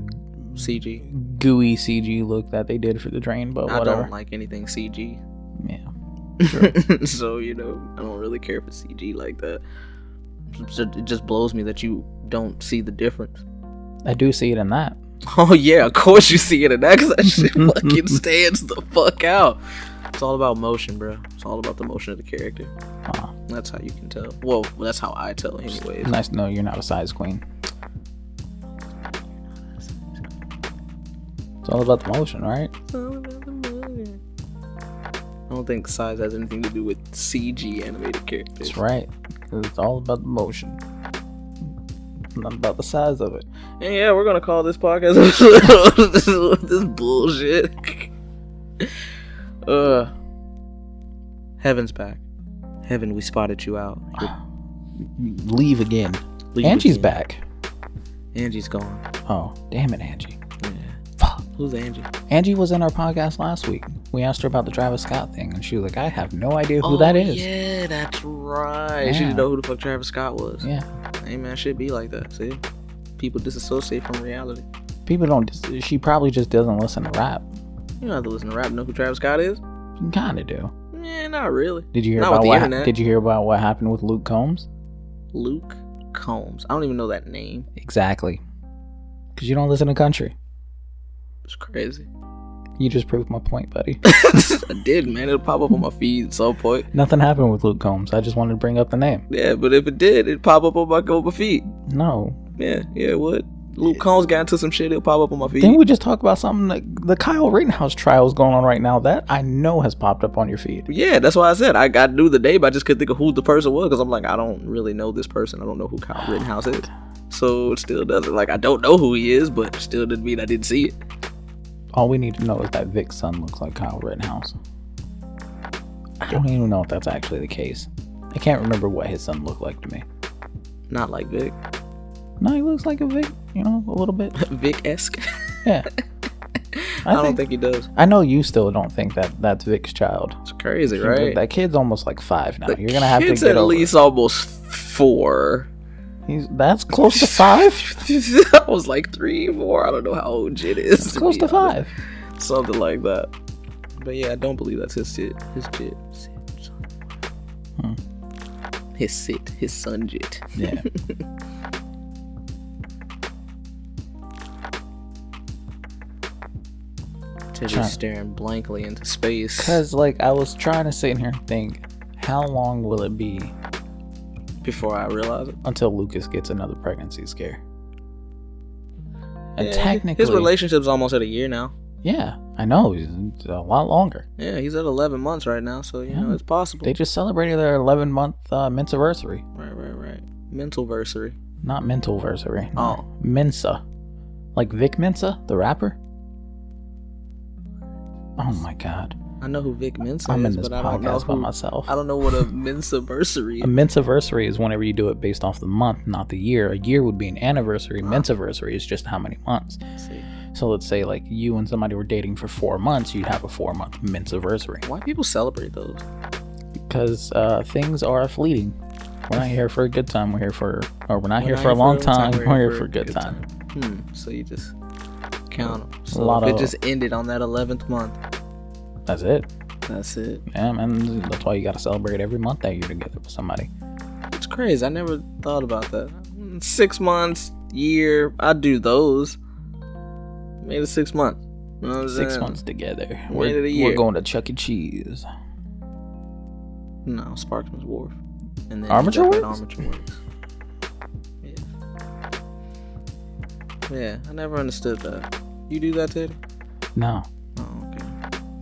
CG, gooey CG look that they did for the train, but I whatever. don't like anything CG. yeah. so you know, I don't really care for CG like that. So It just blows me that you don't see the difference. I do see it in that. Oh yeah, of course you see it in that 'cause that shit fucking stands the fuck out. It's all about motion, bro. It's all about the motion of the character. Uh, That's how you can tell. Well, that's how I tell, anyways. nice to know you're not a size queen. It's all about the motion, right? I don't think size has anything to do with CG animated characters. That's right. 'cause it's all about the motion. Not about the size of it. And yeah, we're gonna call this podcast episode- this, is- this bullshit. uh, heaven's back. Heaven, we spotted you out. Leave again. Leave Angie's again. back. Angie's gone. Oh, damn it, Angie. Yeah. Fuck. Who's Angie? Angie was in our podcast last week. We asked her about the Travis Scott thing, and she was like, I have no idea who that is. Oh, Yeah, that's right. She Yeah. didn't know who the fuck Travis Scott was. Yeah. Hey man, shit be like that. See, people disassociate from reality. People don't, she probably just doesn't listen to rap. You don't have to listen to rap. to Know who Travis Scott is? You kind of do. Yeah, not really. Did you hear Not with about the what? internet. Did you hear about what happened with Luke Combs? Luke Combs. I don't even know that name. Exactly. Because you don't listen to country. It's crazy. You just proved my point, buddy. I did, man. It'll pop up on my feed at some point. Nothing happened with Luke Combs. I just wanted to bring up the name. Yeah, but if it did, it'd pop up on my, on my feed. No, Yeah, yeah, it would. Luke Combs got into some shit. It'll pop up on my feed. Then we just talk about something that the Kyle Rittenhouse trial is going on right now that I know has popped up on your feed. yeah, that's why I said I, I knew the name. I just couldn't think of who the person was because I'm like, I don't really know this person. I don't know who Kyle Rittenhouse is. So it still doesn't like I don't know who he is, but still didn't mean I didn't see it. All we need to know is that Vic's son looks like Kyle Rittenhouse. I don't even know if that's actually the case. I can't remember what his son looked like to me. Not like Vic, No, he looks like a Vic, you know, a little bit. Vic esque. Yeah. I, I, think, don't think he does. I know you still don't think that that's Vic's child. It's crazy, right? That kid's almost like five now. The You're gonna have to kid's get at over. it. least almost four. He's that's close to five. that was like three, four. I don't know how old Jit is. It's close be to honest. five. Something like that. But yeah, I don't believe that's his shit. His shit. Hmm. His sit. His son jit. Yeah. Just Trying- staring blankly into space. Because, like, I was trying to sit in here and think, how long will it be Before I realize it. until Lucas gets another pregnancy scare? And Yeah, technically, Eh, His relationship's almost at a year now. yeah, I know, it's a lot longer. Yeah, he's at 11 months right now, so, you know, Yeah. it's possible. They just celebrated their 11 month uh, mensiversary. Right, right, right. Mental versary. Not mental versary. Oh. Mensa. Like Vic Mensa, the rapper? Oh my god. I know who Vic Mensa I'm in is, this but I don't know podcast by who, myself. I don't know what a Mensa versary A mensiversary is whenever you do it based off the month, not the year. A year would be an anniversary. Mensiversary is just how many months. is. See, So let's say like you and somebody were dating for four months, you'd have a four month mensiversary. why people celebrate those? Because uh, things are fleeting. We're not here for a good time. We're here for, or we're not We're here not for a long time. we're We're here for a good time. Hmm. So you just count them. So lot if it of- just ended on that 11th month. That's it. That's it. Yeah, man. That's why you gotta celebrate every month that you're together with somebody. It's crazy. I never thought about that. Hmm, Six months, year. I do those. Made it six months. You know what I'm Six saying? months together. Made We're, it a we're year. going to Chuck E. Cheese. No, Sparksman's Wharf. And then Armature you got that Works? Armature Works. Yeah. Yeah, I never understood that. You do that, Teddy? No, Oh, okay.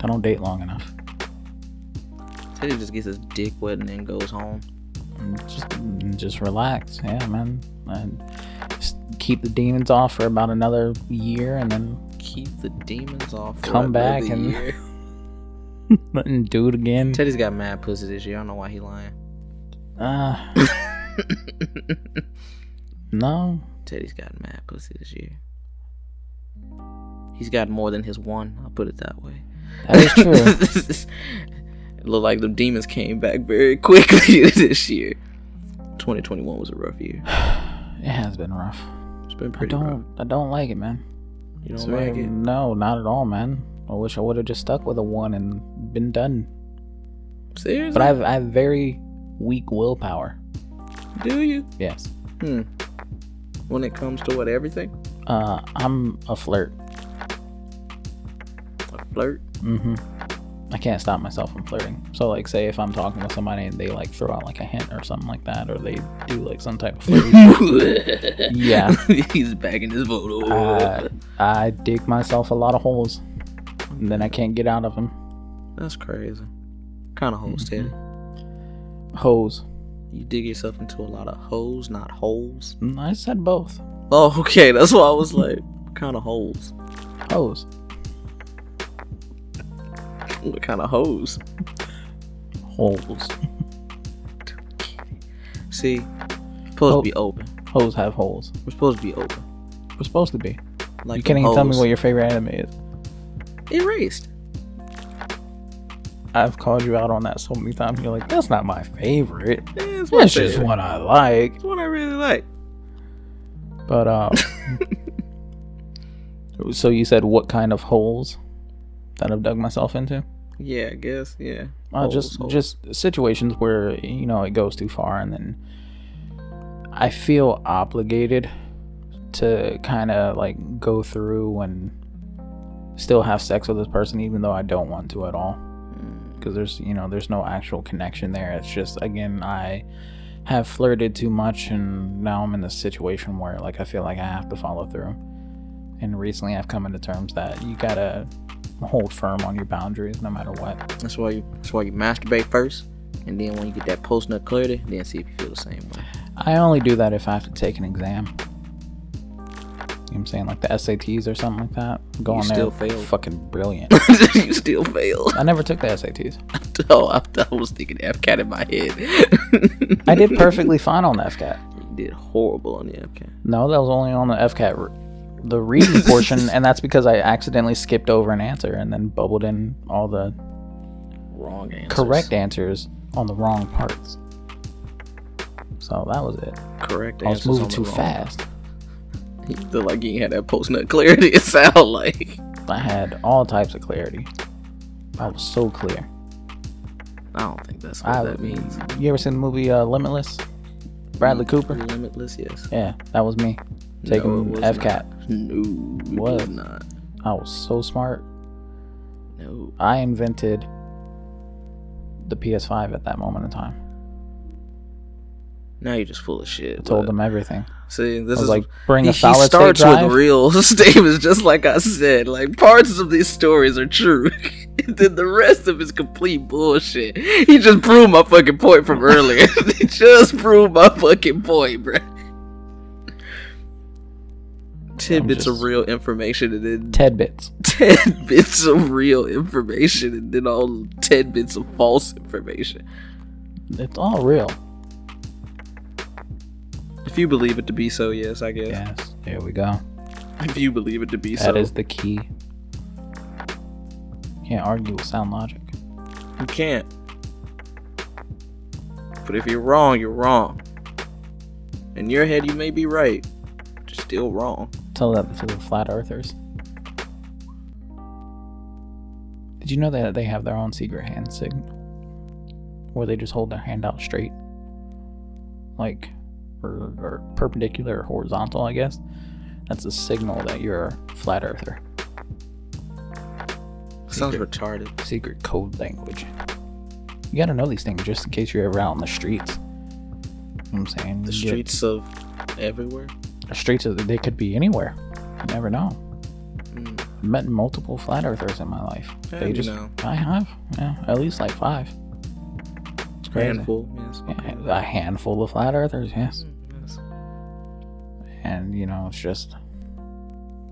I don't date long enough. Teddy just gets his dick wet and then goes home. Mm, Just, mm, just relax. Yeah, man. And just keep the demons off for about another year, and then Keep the demons off. for Come back another and- year. let him do it again. Teddy's got mad pussy this year. I don't know why he lying. Uh, no. Teddy's got mad pussy this year. He's got more than his one. I'll put it that way. That is true. it looked like the demons came back very quickly this year. 2021 was a rough year. it has been rough. It's been I pretty don't. rough. I don't like it, man. You don't So, like it? No, not at all, man. I wish I would have just stuck with a one and been done. Seriously? But I have, I have very weak willpower. Do you? Yes. Hmm. When it comes to what everything, Uh, I'm a flirt. a flirt. Mm-hmm. I can't stop myself from flirting. So, like, say if I'm talking with somebody and they like throw out like a hint or something like that, or they do like some type of flirt. yeah, Uh, He's back in his photo. I, I dig myself a lot of holes, and then I can't get out of them. That's crazy. Kind of hoes, Teddy. Holes. You dig yourself into a lot of holes, not holes. Mm, I said both. Oh, okay. That's why I was like, kind of holes. Holes. What kind of hoes? Holes. See, supposed Oh. to be open. Holes have holes. We're supposed to be open. We're supposed to be. Like you can't even tell me what your favorite anime is. you're erased. I've called you out on that so many times. You're like, that's not my favorite. Yeah, it's my That's favorite. just what I like. It's what I really like. But um, so you said what kind of holes that I've dug myself into? Yeah, I guess. Yeah. Uh, Holes, just holes. just situations where you know it goes too far, and then I feel obligated to kind of like go through and still have sex with this person, even though I don't want to at all. Because there's you know there's no actual connection there. It's just again I have flirted too much, and now I'm in this situation where like I feel like I have to follow through. And recently I've come into terms that you gotta hold firm on your boundaries no matter what. That's why you. That's why you masturbate first, and then when you get that post nut clarity, then see if you feel the same way. I only do that if I have to take an exam. You know what I'm saying? Like the SATs or something like that. Go You on there. still failed. Fucking brilliant. you still fail. I never took the SATs. oh, I, I was thinking FCAT in my head. I did perfectly fine on the FCAT. you did horrible on the FCAT. No, that was only on the FCAT, re- the reading portion, and that's because I accidentally skipped over an answer and then bubbled in all the Wrong answer. correct answers on the wrong parts. So that was it. Correct I was answers. moving on the too wrong- fast. You feel like you ain't had that post nut clarity. It sound like. I had all types of clarity. I was so clear. I don't think that's what I, that means. You ever seen the movie uh, Limitless? Bradley Cooper? Limitless, yes. Yeah, that was me. Taking it was F cat. not. No, it What? was not. I was so smart. No. I invented the PS5 at that moment in time. Now you're just full of shit. I told but- them everything. See, I this was is like, bring he, a he solid state starts drive. with real statements, just like I said. Like parts of these stories are true, and then the rest of it's complete bullshit. He just proved my fucking point from earlier. he just proved my fucking point, bro. Tidbits of just- real information, and then Tidbits. ten bits of real information, and then all ten bits of false information. It's all real. If you believe it to be so, yes, I guess. Yes. There we go. If you believe it to be so, That is the key. Can't argue with sound logic. You can't. But if you're wrong, you're wrong. In your head, you may be right, but you're still wrong. Tell that to the flat earthers. Did you know that they have their own secret hand signal? Where they just hold their hand out straight? Like, or, or perpendicular or horizontal, I guess? That's a signal that you're a flat earther. Sounds retarded. Secret code language. You gotta know these things just in case you're ever out on the streets. You know what I'm saying? The You get- streets of everywhere. the streets, of- they could be anywhere. You never know. Mm, met multiple flat earthers in my life. Yeah, They you just, know. I have, yeah, at least like five. It's crazy. handful. Yes. Yeah, a handful of flat earthers, yes. Mm, yes. And you know, it's just,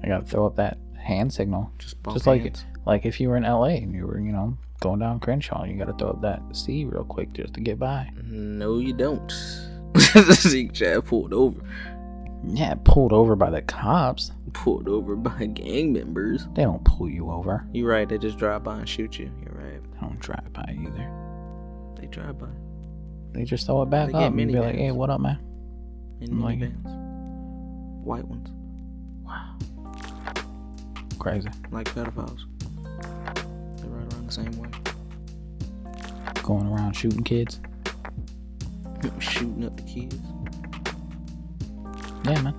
I gotta throw up that hand signal. Just, bump Just like hands. Like if you were in LA and you were, you know, going down Crenshaw, you gotta throw up that C real quick just to get by. No, you don't. Zeke Chad pulled over. Yeah, pulled over by the cops. Pulled over by gang members. They don't pull you over. You're right. They just drive by and shoot you. You're right. They don't drive by either. They drive by They just throw it back They get up and be like, minivans. hey, what up, man? in I'm like- minivans. White ones, Crazy. like pedophiles. They ride around the same way. Going around shooting kids. shooting up the kids. Yeah, man.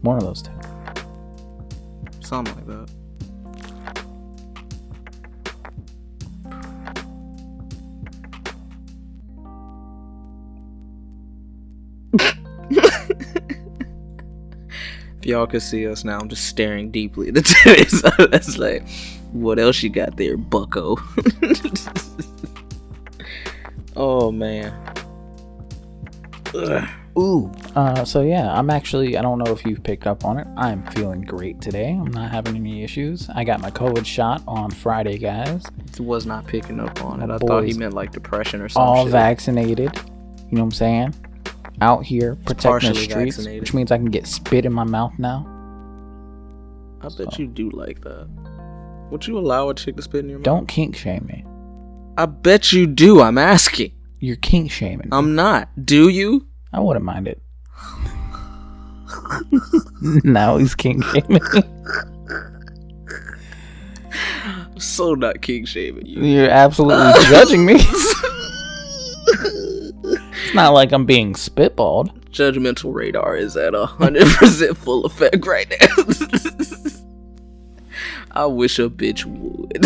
One of those two. Something like that. if y'all could see us now, I'm just staring deeply into this. That's like, what else you got there, bucko? oh, man. Ugh. Ooh. Uh, so yeah, I'm actually. I don't know if you've picked up on it. I'm feeling great today. I'm not having any issues. I got my COVID shot on Friday, guys. Was not picking up on it. My I thought he boys. meant like depression or something. All vaccinated. You know what I'm saying? Out here protecting the partially streets, vaccinated. which means I can get spit in my mouth now. I bet you do like that. Would you allow a chick to spit in your mouth? Don't kink shame me. I bet you do. I'm asking. You're kink shaming. me. I'm not. Do you? I wouldn't mind it. now he's kink shaming. me. I'm so not king shaming you. You're absolutely judging me. It's not like I'm being spitballed. Eh, Judgmental radar is at a hundred percent full effect right now. I wish a bitch would.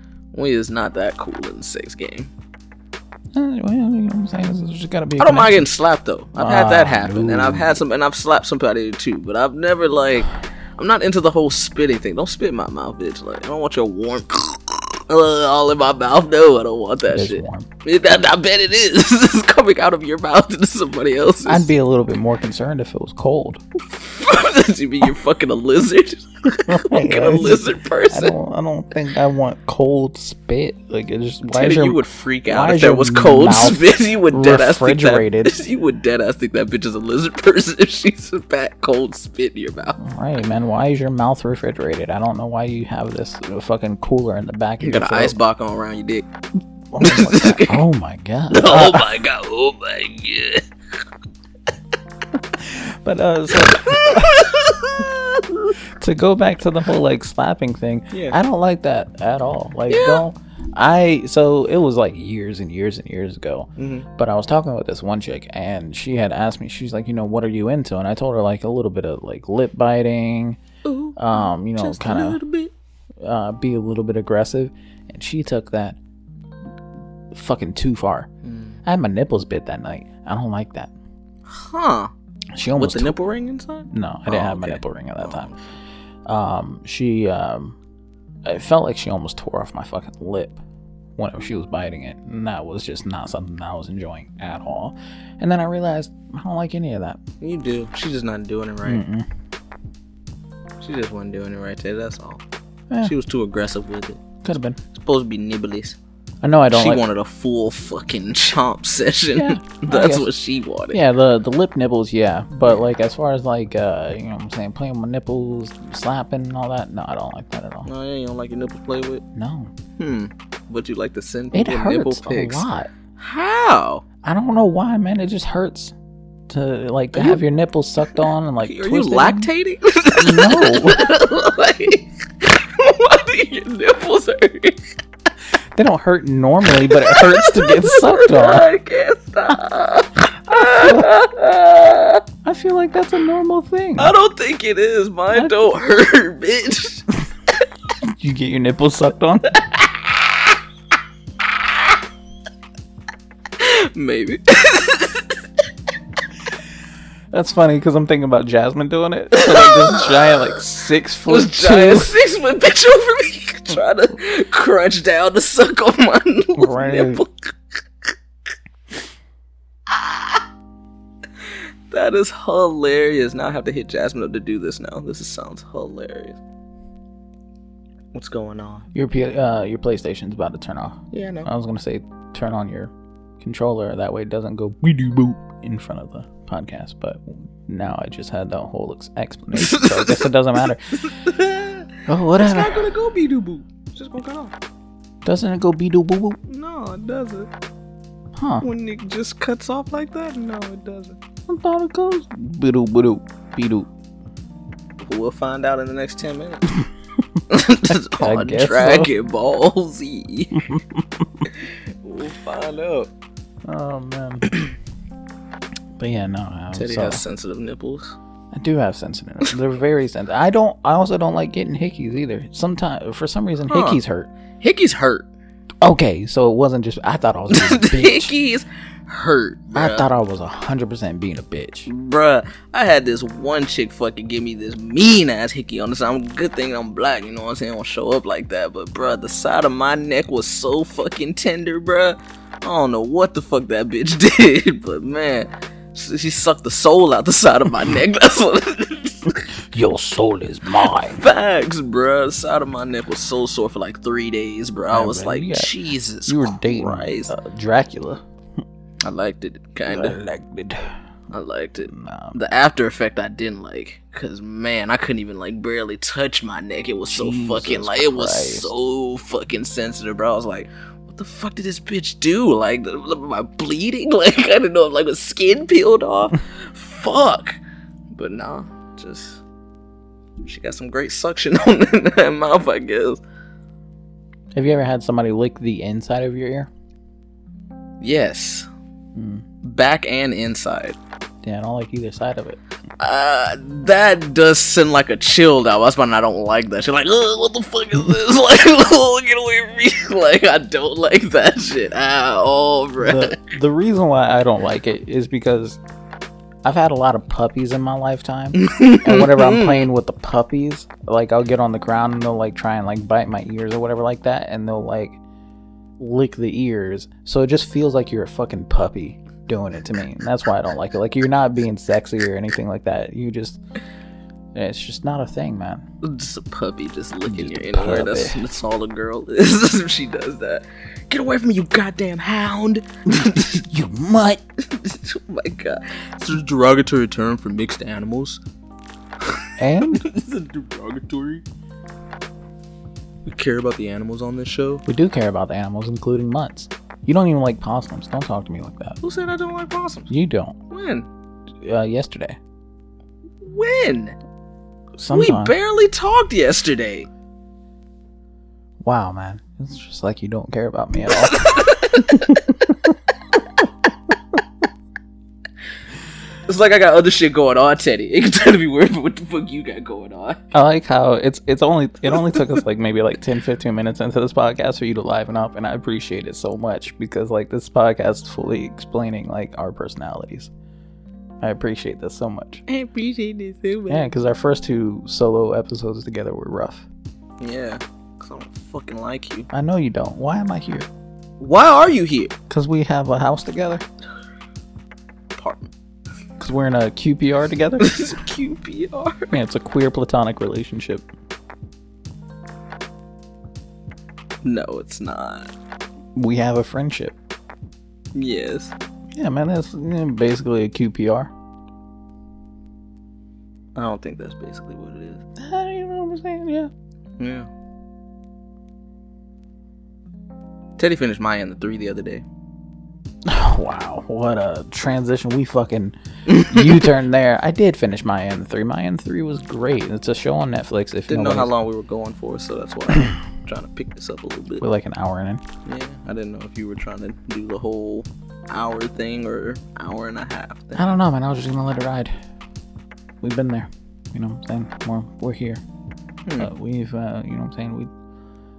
we is not that cool in the sex game. Eh, well, you know what I'm saying? There's just gotta be. a I don't mind connection. getting slapped though. I've had that Ah, happen, and I've had some, and I've slapped somebody too. But I've never like, I'm not into the whole spitting thing. Don't spit in my mouth, bitch. Like, I don't want your warm uh, all in my mouth. No, I don't want that It's shit. warm. It- I, I bet it is. it's coming out of your mouth into somebody else's. I'd be a little bit more concerned if it was cold. you mean you're fucking a lizard? fucking a guys. lizard I person. don't. I don't think I want cold spit. Like it just. Why Teddy, is your, you would freak why out if is there your was cold mouth spit. You would dead ass think that. refrigerated? You would dead ass think that bitch is a lizard person if she's a fat cold spit in your mouth. Right, man. Why is your mouth refrigerated? I don't know why you have this uh, fucking cooler in the back. Of You your got an throat. ice box on around your dick. Oh my god. Oh Oh my god. my god! Oh my god! But uh, so, to go back to the whole like slapping thing, Yeah. I don't like that at all. Like, don't. I so it was like years and years and years ago, Mm-hmm. but I was talking with this one chick and she had asked me, she's like, you know, what are you into? And I told her like a little bit of like lip biting, Ooh, um, you know, Oh, just kind a of little bit. uh, be a little bit aggressive, and she took that fucking too far. Hmm. I had my nipples bit that night. I don't like that. Huh? She With almost the nipple ring inside? no, I didn't Oh, have my okay. nipple ring at Oh. that time. Um, she um, it felt like she almost tore off my fucking lip whenever she was biting it, and that was just not something that I was enjoying at all. And then I realized I don't like any of that. You do. She's just not doing it right. Mm-mm. She just wasn't doing it right there. That's all. Eh. She was too aggressive with it. Could have been. Supposed to be nibblies. I know I don't she like. wanted a full fucking chomp session. Yeah, I That's guess. what she wanted. Yeah, the the lip nibbles, yeah. But like as far as like uh you know what I'm saying, playing with nipples, slapping and all that, no, I don't like that at all. No, yeah, you don't like your nipple play with. No. Hmm. But you like to send It people nipple hurts a pics. lot. How? I don't know why, man, it just hurts to like to have your nipples sucked on and like Are you twisted. lactating? No. like, why do your nipples hurt? they don't hurt normally, but it hurts to get sucked on. I can't stop. I feel like that's a normal thing. I don't think it is. Mine don't hurt, bitch. You get your nipples sucked on? Maybe. That's funny because I'm thinking about Jasmine doing it. So, like this giant, like six was foot giant two six foot bitch over me trying to crunch down to suck on my little Right. nipple. that is hilarious. Now I have to hit Jasmine up to do this now. This is, sounds hilarious. What's going on? Your P- uh, your PlayStation's about to turn off. Yeah, I know. I was gonna say turn on your controller. That way it doesn't go doo boop in front of the podcast. But now I just had that whole ex- explanation, so I guess it doesn't matter. Oh it's not whatever. gonna go be doo boo. It's just gonna cut off. Doesn't it go be doo boop boop? No, it doesn't. Huh? When it just cuts off like that, no, it doesn't. I thought it goes be doo boop doop be doo. We'll find out in the next 10 minutes. I on guess so. Dragon Ball Z. we'll find out. Oh man. but yeah, no. I, was, Teddy uh, has sensitive nipples. I do have sensitive. They're very sensitive. I don't. I also don't like getting hickeys either. Sometimes, for some reason, Huh. hickeys hurt. Hickey's hurt. Okay, so it wasn't just. I thought I was being a bitch. Hickey's hurt. I Bruh. thought I was hundred percent being a bitch. Bruh, I had this one chick fucking give me this mean ass hickey on the side. I'm good thing I'm black, you know what I'm saying? I don't show up like that, but bruh, the side of my neck was so fucking tender, bruh. I don't know what the fuck that bitch did, but man, she she sucked the soul out the side of my neck. That's what. Your soul is mine. Facts, bruh. The side of my neck was so sore for like three days, bruh. I Yeah, was bruh, like, you got- Jesus You were dating Christ. uh, Dracula. I liked it, kinda. Elected. I liked it. Nah, The after effect I didn't like, cause man, I couldn't even like barely touch my neck. It was so Jesus fucking like it was Christ. so fucking sensitive, bro. I was like, what the fuck did this bitch do? Like, th- am I bleeding? Like, I didn't know if like was skin peeled off. fuck. But nah, just she got some great suction on in that mouth, I guess. Have you ever had somebody lick the inside of your ear? Yes, Mm. back and inside. Yeah, I don't like either side of it. Uh, that does send like a chill down. That's why I don't like that. You're like, Ugh, what the fuck is this? Like, get away from me! Like, I don't like that shit at all, bro. the, the reason why I don't like it is because I've had a lot of puppies in my lifetime. and whenever I'm playing with the puppies, like I'll get on the ground and they'll like try and like bite my ears or whatever like that, and they'll like lick the ears. So it just feels like you're a fucking puppy doing it to me. And that's why I don't like it. Like you're not being sexy or anything like that. You just it's just not a thing, man. Just a puppy just licking Just your a anywhere. That's, puppy. that's all a girl is. she does that. Get away from me, you goddamn hound! You mutt. oh my god. It's a derogatory term for mixed animals. And This is derogatory. We care about the animals on this show. we do care about the animals, including mutts. You don't even like possums. Don't talk to me like that. Who said I don't like possums? You don't. When? uh, yesterday. When? We sometime. barely talked yesterday. wow, man. It's just like you don't care about me at all. It's like I got other shit going on, Teddy. It could tell to be worried about what the fuck you got going on. I like how it's it's only it only took us like maybe like 10 15 minutes into this podcast for you to liven up and I appreciate it so much because like this podcast is fully explaining like our personalities. I appreciate this so much. I appreciate it so Yeah, because our first two solo episodes together were rough. Yeah, because I don't fucking like you. I know you don't. Why am I here? Why are you here? Because we have a house together? Apartment. Because we're in a QPR together? This is QPR. Man, it's a queer platonic relationship. No, it's not. We have a friendship. Yes. Yeah, man, that's eh, basically a QPR. I don't think that's basically what it is. Ah, You know what I'm saying? Yeah. Yeah. Teddy finished my end the three the other day. Oh, wow, what a transition. We fucking U turn there. I did finish my N3. My N3 was great. It's a show on Netflix. If Didn't know how nobody's- long we were going for, so that's why I'm trying to pick this up a little bit. We're like an hour in. Yeah, I didn't know if you were trying to do the whole hour thing or hour and a half thing. I don't know, man. I was just gonna let it ride. We've been there. You know what I'm saying? We're, we're here. Hmm. Uh, we've, uh, you know what I'm saying? We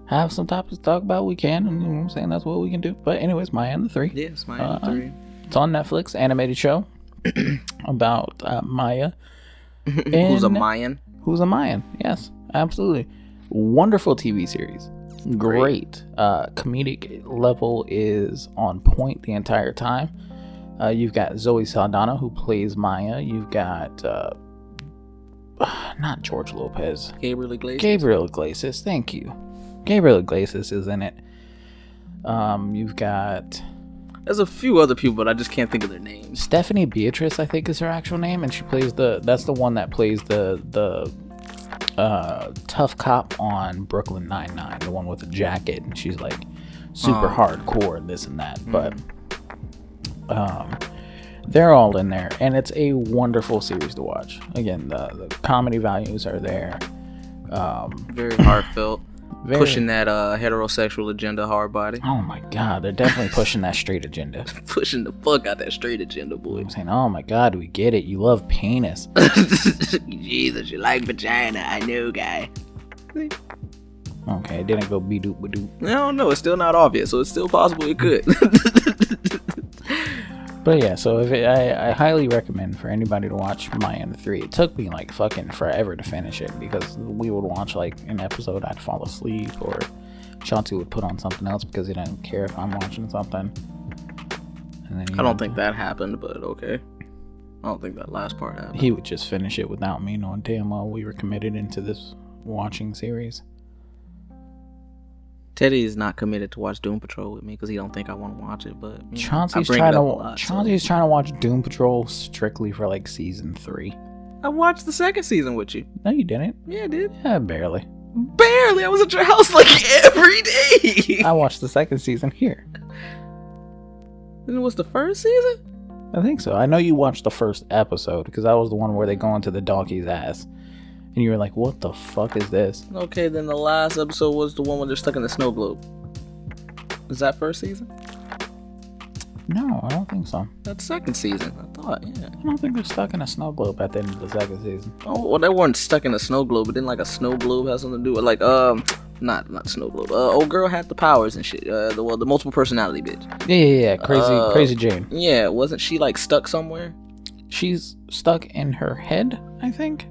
have some topics to talk about. We can, and you know what I'm saying? That's what we can do. But, anyways, Maya and the Three. Yes, my Uh, three. It's on Netflix, animated show about uh, Maya, Who's a in- Mayan? who's a Mayan. Yes, absolutely. Wonderful TV series. Great. Uh, comedic level is on point the entire time. Uh, you've got Zoe Saldana, who plays Maya. You've got, uh, not George Lopez. Gabriel Iglesias. Gabriel Iglesias, thank you. Gabriel Iglesias is in it. Um, you've got There's a few other people, but I just can't think of their names. Stephanie Beatrice, I think is her actual name, and she plays the that's the one that plays the the uh, tough cop on Brooklyn Nine Nine, the one with the jacket, and she's like super Oh. hardcore and this and that. But um, they're all in there, and it's a wonderful series to watch. Again, the, the comedy values are there. Um, Very heartfelt. very- Pushing that uh, heterosexual agenda hard body. Oh my god, they're definitely pushing that straight agenda. Pushing the fuck out that straight agenda, boy. I'm saying, oh my god, we get it. You love penis. Jesus, you like vagina. I know, guy. Okay, it didn't go be doop doop. I don't know. It's still not obvious, so it's still possible it could. But yeah, so if it, I, I highly recommend for anybody to watch Mayan 3. It took me like fucking forever to finish it because we would watch like an episode, I'd fall asleep, or Shanti would put on something else because he didn't care if I'm watching something. And then he I don't would- think that happened, but okay. I don't think that last part happened. he would just finish it without me knowing damn well we were committed into this watching series. Teddy is not committed to watch Doom Patrol with me because he don't think I want to watch it. But you know, Mm, I Chauncey's bring trying it to up a lot, so- Chauncey's trying to watch Doom Patrol strictly for like season three. I watched the second season with you. No, you didn't. Yeah, I did. Yeah, barely. Barely. I was at your house like every day. I watched the second season here. and it was the first season. I think so. I know you watched the first episode because that was the one where they go into the donkey's ass, and you were like, "What the fuck is this?" Okay, then the last episode was the one where they're stuck in the snow globe. Is that first season? No, I don't think so. That's second season. I thought. Yeah. I don't think they're stuck in a snow globe at the end of the second season. Oh, well, they weren't stuck in a snow globe, but then like a snow globe has something to do with like um, not not snow globe. Uh, old girl had the powers and shit. Uh, the well, the multiple personality bitch. Yeah, yeah, yeah. Crazy, Uh, crazy Jane. Yeah, wasn't she like stuck somewhere? She's stuck in her head, I think.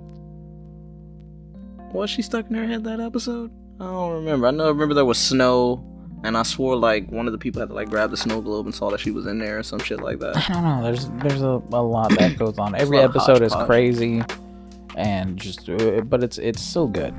Was she stuck in her head that episode? I don't remember. I know I remember there was snow, and I swore like one of the people had to like grab the snow globe and saw that she was in there or some shit like that. I don't know. There's there's a, a lot that goes on. Every lot of episode is hodgepodge. crazy, and just uh, but it's it's so good,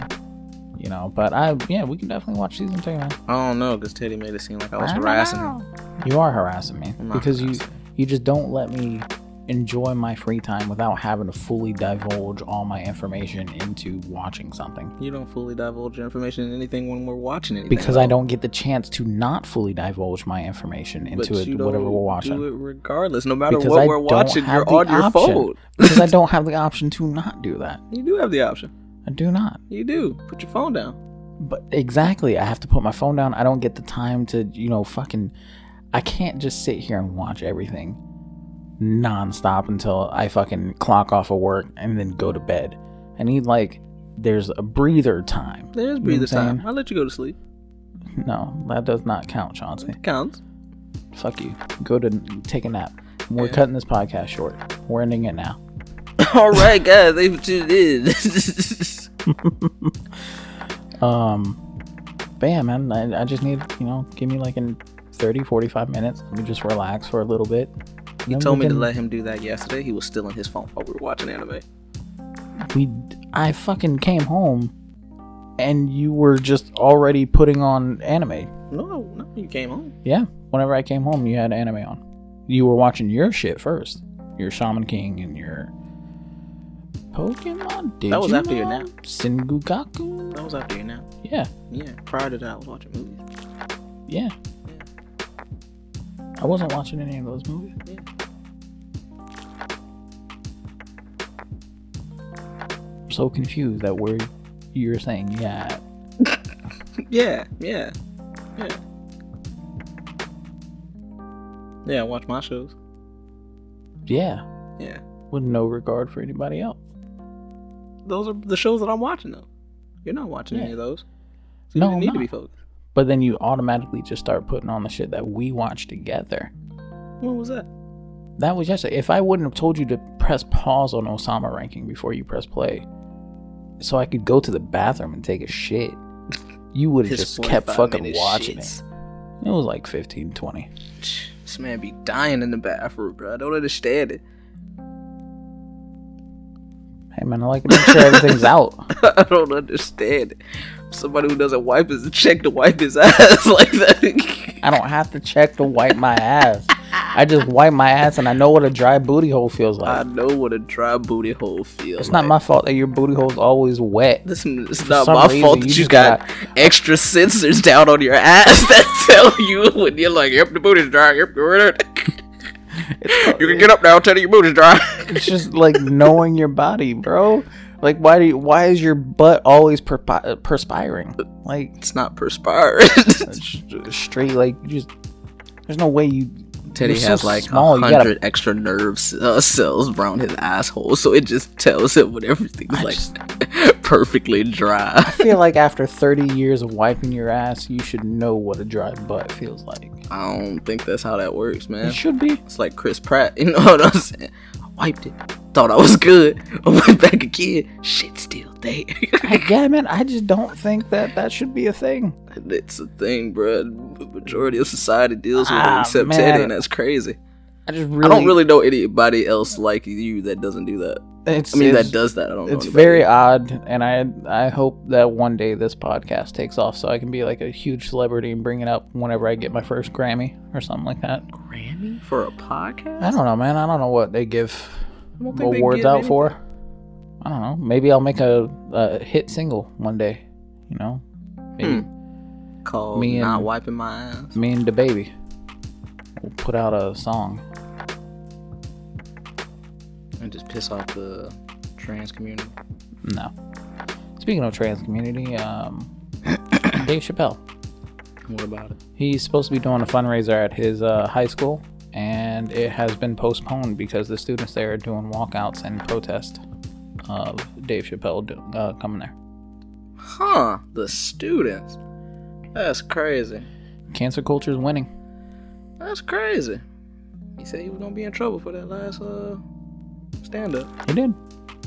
you know. But I yeah, we can definitely watch season two. Man. I don't know because Teddy made it seem like I was I don't harassing know. him. You are harassing me I'm not because you harassing. you just don't let me enjoy my free time without having to fully divulge all my information into watching something. You don't fully divulge your information in anything when we're watching anything. Because I though. don't get the chance to not fully divulge my information into But it, you whatever don't we're watching. Do it regardless, no matter because what I we're don't watching, have you're the on your option. phone. because I don't have the option to not do that. You do have the option. I I do not. You do. Put your phone down. But exactly, I have to put my phone down. I don't get the time to, you know, fucking. I can't just sit here and watch everything nonstop until I fucking clock off of work and then go to bed. I need like there's a breather time. There's You know what breather I'm saying? time. I'll let you go to sleep. No, that does not count, Chauncey. It counts. Fuck you. Go to take a nap. We're Yeah. cutting this podcast short. We're ending it now. All right, guys. Thanks for tuning in. Um, but yeah, man, I, I just need, you know, give me like in 30, 45 minutes. Let me just relax for a little bit. you Then told we me to can- let him do that yesterday. He was still on his phone while we were watching anime. We, I fucking came home and you were just already putting on anime. No, no, you came home. Yeah. Whenever I came home, you had anime on. You were watching your shit first. Your Shaman King and your Pokemon. Digimon, That was after your nap. Sengoku. That was after you now. Yeah. Yeah. Prior to that, I was watching movies. Yeah. I wasn't watching any of those movies. Yeah. I'm so confused that where you're saying yeah. Yeah, yeah, yeah. Yeah, I watch my shows. Yeah. Yeah, With no regard for anybody else. those are the shows that I'm watching though. You're not watching any Yeah. of those. So No, you I'm need to be not. focused. But then you automatically just start putting on the shit that we watch together. When was that? That was yesterday. If I wouldn't have told you to press pause on Osama ranking before you press play, so I could go to the bathroom and take a shit, you would have His just kept 45 fucking minute watching shits. it. It was like 15, 20. This man be dying in the bathroom, bro. I don't understand it. Hey man, I like to make sure everything's out. I don't understand it. Somebody who doesn't wipe his check to wipe his ass like that. I don't have to check to wipe my ass. I just wipe my ass and I know what a dry booty hole feels I like. know what a dry booty hole feels. It's not my fault that your booty hole's always wet. This it's not some my reason, fault you that you just got extra sensors down on your ass that tell you when you're like, yep, the booty's dry, yep, you're You can get up now, Teddy, your booty's dry. It's just like knowing your body, bro. Like why do you, why is your butt always perpi- perspiring? Like It's not perspiring. it's just straight like you just there's no way you Teddy You're so has like small, a you gotta- hundred extra nerve c- uh, cells around his asshole, so it just tells him when everything's I like just- perfectly dry. I feel like after 30 years of wiping your ass, you should know what a dry butt feels like. I don't think that's how that works, man. It should be. It's like Chris Pratt. You know what I'm saying? I wiped it. Thought I was good. I went back again. Shit's still there. I, yeah, man, I just don't think that that should be a thing. It's a thing, bro. The majority of society deals with Ah, it except man. Teddy, and that's crazy. I just really I don't really know anybody else like you that doesn't do that. It's, I mean, it's, that does that. I don't know. it's anybody. very odd, and I I hope that one day this podcast takes off so I can be like a huge celebrity and bring it up whenever I get my first Grammy or something like that. Grammy for a podcast. I don't know, man. I don't know what they give I don't think they awards give out anything. for. I don't know. Maybe I'll make a, a hit single one day. You know, maybe Called Me and- not wiping my ass. me and the baby will put out a song. And just piss off the trans community. No. Speaking of trans community, um, Dave Chappelle. What about it? He's supposed to be doing a fundraiser at his uh, high school, and it has been postponed because the students there are doing walkouts in protest of Dave Chappelle do, uh, coming there. Huh? The students. That's crazy. Cancer culture is winning. That's crazy. He said he was gonna be in trouble for that last uh stand up. He did.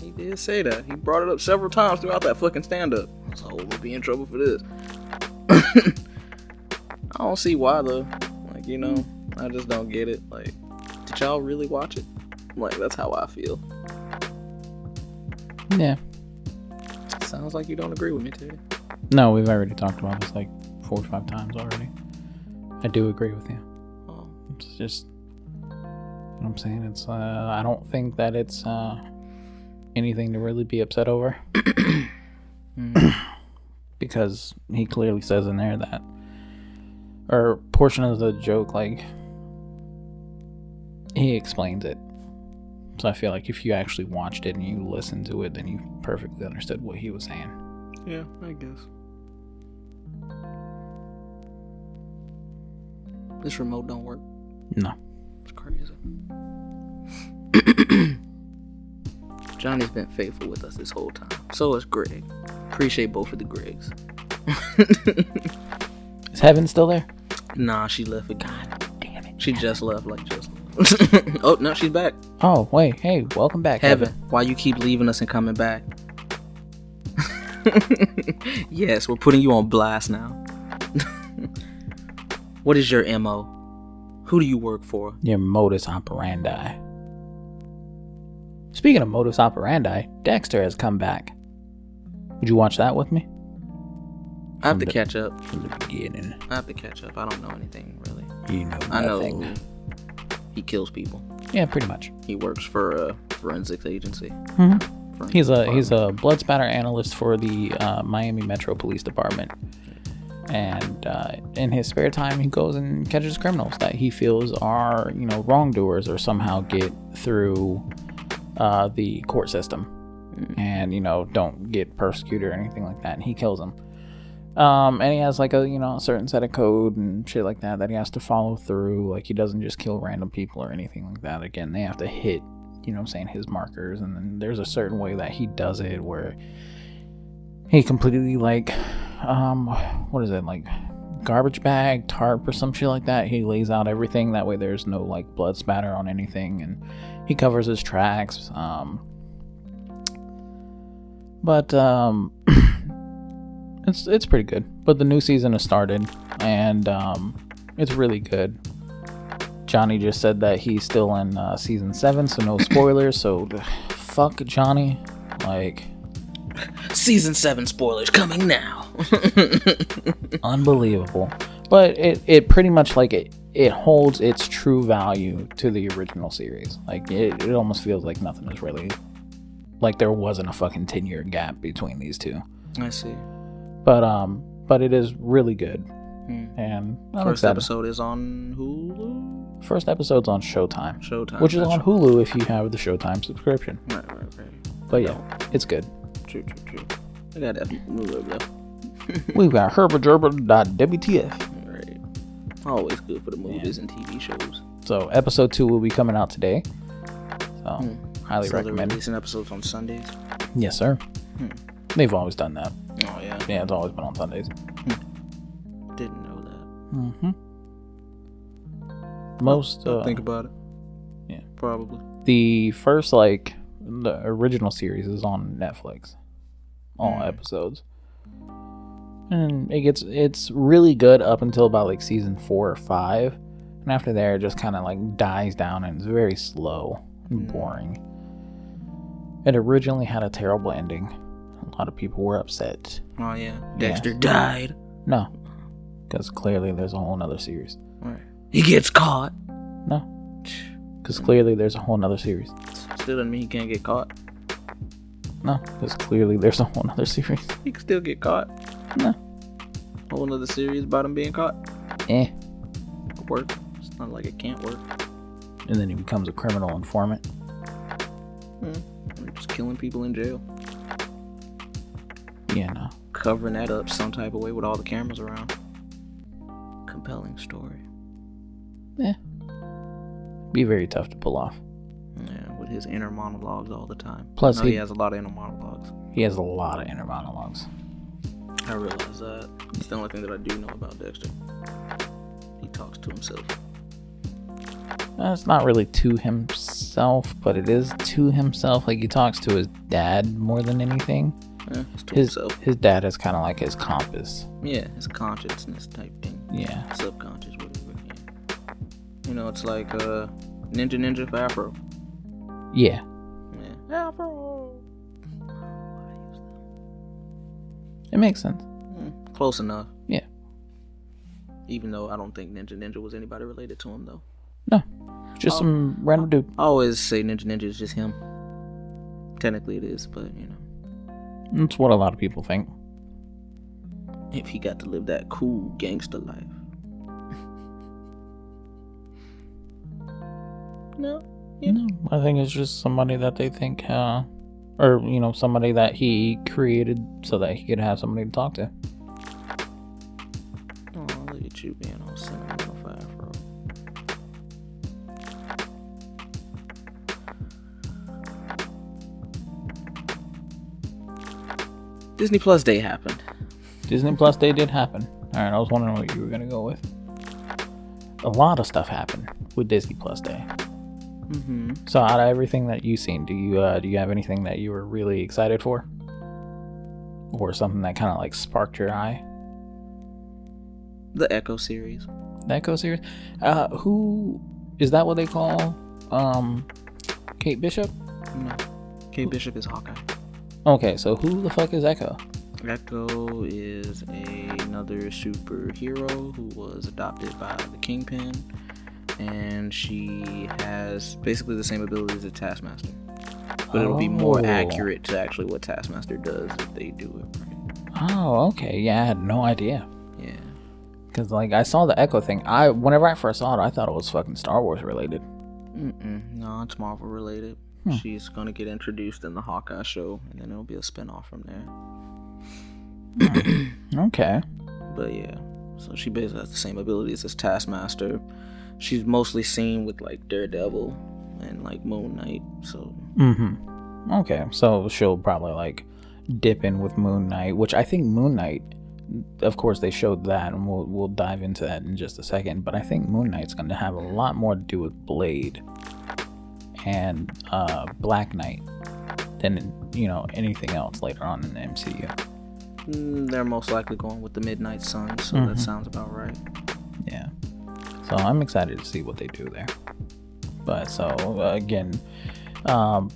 He did say that. He brought it up several times throughout that fucking stand up. So we'll be in trouble for this. I don't see why though. Like, you know, I just don't get it. Like, did y'all really watch it? Like, that's how I feel. Yeah. Sounds like you don't agree with me, Teddy. No, we've already talked about this like four or five times already. I do agree with you. Oh, It's just, you know what I'm saying? It's, uh, I don't think that it's, uh, anything to really be upset over. because he clearly says in there that, or portion of the joke, like, he explains it. So I feel like if you actually watched it and you listened to it, then you perfectly understood what he was saying. Yeah, I guess. This remote don't work. No. It's crazy. Johnny's been faithful with us this whole time. So is Greg. Appreciate both of the Gregs. Is Heaven still there? Nah, she left it. God, Damn it. she just left. Like just. oh no, she's back. Oh, wait. Hey, welcome back, Heaven, Heaven. why you keep leaving us and coming back? yes, we're putting you on blast now. what is your mo? Who do you work for? Your modus operandi. Speaking of modus operandi, Dexter has come back. Would you watch that with me? I have to Somebody. catch up. From the beginning. I have to catch up. I don't know anything really. You know I know nothing. he kills people. Yeah, pretty much. He works for a forensics agency. hmm Forensic He's a he's department. a blood spatter analyst for the uh, Miami Metro Police Department, and uh, in his spare time, he goes and catches criminals that he feels are you know wrongdoers or somehow get through uh, the court system, and you know don't get persecuted or anything like that, and he kills them. Um, and he has like a you know a certain set of code and shit like that that he has to follow through. Like he doesn't just kill random people or anything like that. Again, they have to hit you know what I'm saying, his markers. And then there's a certain way that he does it where he completely, like, um, what is it, like garbage bag, tarp, or some shit like that. He lays out everything. That way there's no, like, blood spatter on anything. And he covers his tracks. Um, but, um, it's, it's pretty good. But the new season has started and, um, it's really good. Johnny just said that he's still in uh, season seven, so no spoilers. so fuck Johnny. Like, season seven spoilers coming now. unbelievable. But it, it pretty much like it it holds its true value to the original series. Like it, it almost feels like nothing is really like there wasn't a fucking ten year gap between these two. I see. But um but it is really good. Hmm. And I'm First excited. episode is on Hulu. First episode's on Showtime. Showtime. Which is Uh, that's on Hulu if you have the Showtime subscription. Right, right, right. But yeah, it's good. True, true, true. I got that Hulu though. We've got herbergerber.wtf. Right. Always good for the movies and TV shows. So episode two will be coming out today. So highly So they're recommend. it. releasing episodes on Sundays. Yes, sir. They've always done that. Oh yeah, Yeah, it's always been on Sundays. didn't know that. Mm-hmm. Most uh, Think about it. yeah. probably. the first like the original series is on Netflix, all Mm. episodes, and it gets it's really good up until about like season four or five, and after there it just kind of like dies down and it's very slow and Mm. boring. It originally had a terrible ending. A lot of people were upset. Oh yeah, Dexter died. No, because clearly there's a whole nother series. Right. He gets caught. No, because clearly there's a whole nother series. Still doesn't mean he can't get caught. No, because clearly there's a whole nother series. He can still get caught. No. Whole another series about him being caught. Eh. Could Work. It's not like it can't work. and then he becomes a criminal informant. We're just killing people in jail, Yeah, no. covering that up some type of way with all the cameras around. Compelling story. Eh. Be very tough to pull off. Yeah, with his inner monologues all the time. Plus I know he, he- has a lot of inner monologues. He has a lot of inner monologues. I realize that. It's the only thing that I do know about Dexter. He talks to himself. Uh, It's not really to himself, but it is to himself. Like he talks to his dad more than anything. Yeah, it's to His himself. his dad is kind of like his compass. Yeah, his consciousness type thing. Yeah. Subconscious, whatever. Yeah. You know, it's like uh, Ninja Ninja for Afro. Yeah. Yeah. Afro! It makes sense. Mm, close enough. Yeah. Even though I don't think Ninja Ninja was anybody related to him, though. No. Just Oh. some random dude. I always say Ninja Ninja is just him. Technically, it is, but you know. That's what a lot of people think. if he got to live that cool gangster life. no, No, I think it's just somebody that they think, uh, or you know, somebody that he created so that he could have somebody to talk to. Oh, look at you being all sentimental for Afro. Disney Plus Day happened. Disney Plus Day did happen. All right, I was wondering what you were gonna go with. A lot of stuff happened with Disney Plus Day. Mm-hmm. So out of everything that you've seen, do you uh, do you have anything that you were really excited for, or something that kind of like sparked your eye? The Echo series. The Echo series. Uh, who is that? What they call um, Kate Bishop? No. Kate Bishop is Hawkeye. Okay, so who the fuck is Echo? Echo is a, another superhero who was adopted by the Kingpin, and she has basically the same abilities as Taskmaster, but it'll be more Oh. accurate to actually what Taskmaster does if they do it right. Oh, okay. Yeah, I had no idea. Yeah, Cause like I saw the Echo thing. I whenever I first saw it, I thought it was fucking Star Wars related. Mm-mm. no, it's Marvel related. Hmm. She's gonna get introduced in the Hawkeye show, and then it'll be a spin-off from there. Okay. But yeah, so she basically has the same abilities as Taskmaster. She's mostly seen with like Daredevil and like Moon Knight. So Mm-hmm. Okay, so she'll probably like dip in with Moon Knight, which I think Moon Knight. Of course, they showed that, and we'll we'll dive into that in just a second. But I think Moon Knight's going to have a lot more to do with Blade and uh, Black Knight than you know anything else later on in the MCU. mm, they're most likely going with the Midnight Sun. So that Mhm. sounds about right. Yeah. So I'm excited to see what they do there. But so uh, again, um,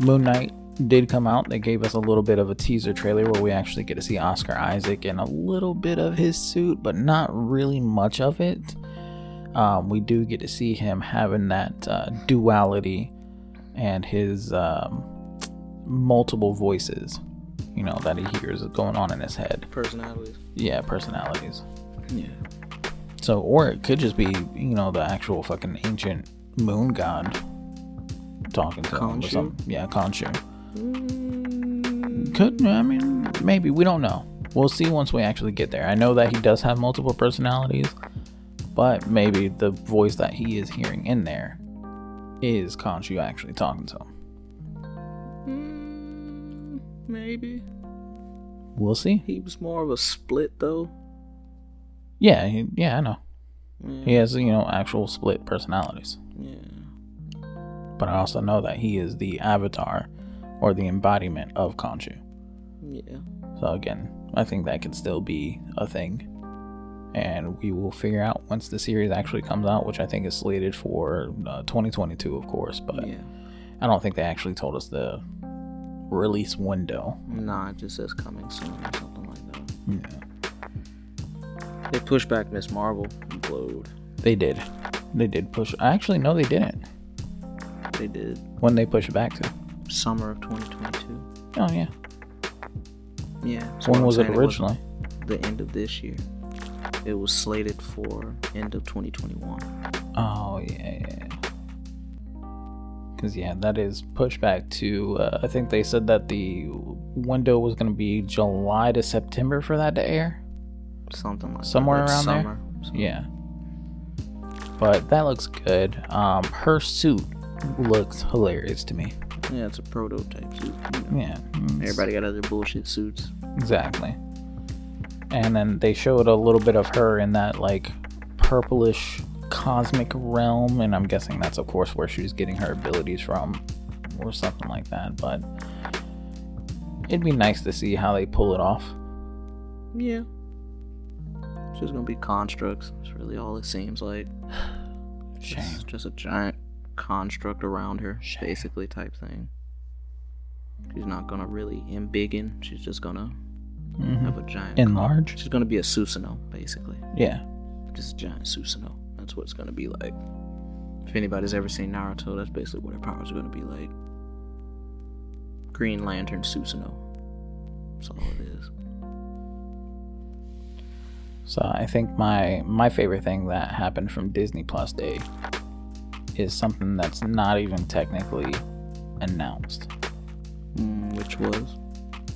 Moon Knight did come out. They gave us a little bit of a teaser trailer where we actually get to see Oscar Isaac in a little bit of his suit, but not really much of it. Um, we do get to see him having that uh, duality and his um, multiple voices, you know, that he hears going on in his head. Personalities. Yeah, personalities. Yeah. So, or it could just be, you know, the actual fucking ancient moon god talking to him or Khonshu? something. Yeah, Khonshu. Could, I mean, maybe. We don't know. We'll see once we actually get there. I know that he does have multiple personalities, but maybe the voice that he is hearing in there is Khonshu actually talking to him. Maybe We'll see. he was more of a split though. Yeah, he, yeah, I know. Yeah. He has, you know, actual split personalities. yeah. But I also know that he is the avatar or the embodiment of Khonshu. Yeah. So again, I think that could still be a thing. And we will figure out once the series actually comes out, which I think is slated for uh, 2022, of course. But Yeah. I don't think they actually told us the release window. Hmm. Nah, it just says coming soon or something like that. Yeah. They pushed back Miss Marvel. Blowed. They did. They did push. Actually, no, they didn't. They did When they pushed it back to. summer of 2022. Oh, yeah. Yeah. so when I'm was it saying wasn't- originally? the end of this year. It was slated for end of 2021. Oh, yeah, yeah. Because, yeah, that is pushed back to. Uh, I think they said that the window was going to be July to September for that to air. Something like Somewhere that. around there? there. Yeah. But that looks good. Um, her suit looks hilarious to me. Yeah, it's a prototype suit. you know. Yeah. mm, Everybody got other bullshit suits. Exactly. And then they showed a little bit of her in that like purplish cosmic realm, and I'm guessing that's of course where she's getting her abilities from, or something like that. But it'd be nice to see how they pull it off. Yeah. It's just gonna be constructs. That's really all it seems like. Shame. It's just a giant construct around her, Shame. basically type thing. She's not gonna really embiggen. She's just gonna Mhm. have a giant. Enlarge. She's gonna be a Susanoo, basically. Yeah. just a giant Susanoo. That's what it's gonna be like. If anybody's ever seen Naruto, that's basically what her powers are gonna be like. Green Lantern Susanoo. That's all it is. So I think my my favorite thing that happened from Disney Plus Day is something that's not even technically announced. Mm, which was?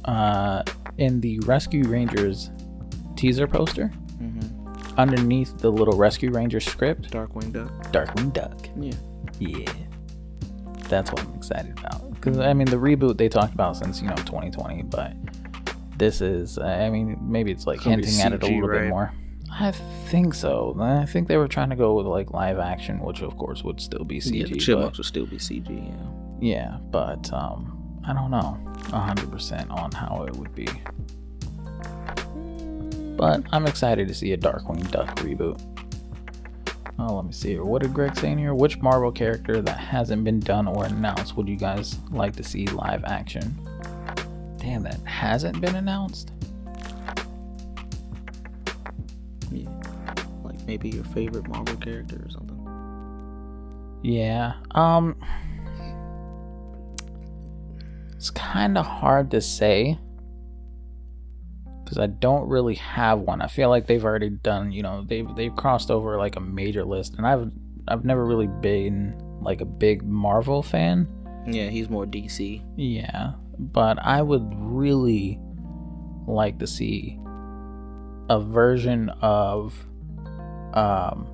Uh, in the Rescue Rangers teaser poster, Mm-hmm. underneath the little Rescue Ranger script, Darkwing Duck. Darkwing Duck. Yeah. Yeah. That's what I'm excited about. Because, I mean, the reboot they talked about since, you know, 2020, but this is, I mean, maybe it's like It's gonna be hinting at it a CG, little right? bit more. I think so. I think they were trying to go with like live action, which of course would still be CG. yeah, the chipmunks would still be CG. Yeah. But, yeah, but um, I don't know 100% on how it would be. But I'm excited to see a Darkwing Duck reboot. Oh, let me see here. What did Greg say in here? Which Marvel character that hasn't been done or announced would you guys like to see live action? Damn, that hasn't been announced? Like maybe your favorite Marvel character or something. Yeah. Um It's kind of hard to say cuz I don't really have one. I feel like they've already done, you know, they've they've crossed over like a major list and I've I've never really been like a big Marvel fan. Yeah, he's more DC. Yeah, but I would really like to see a version of um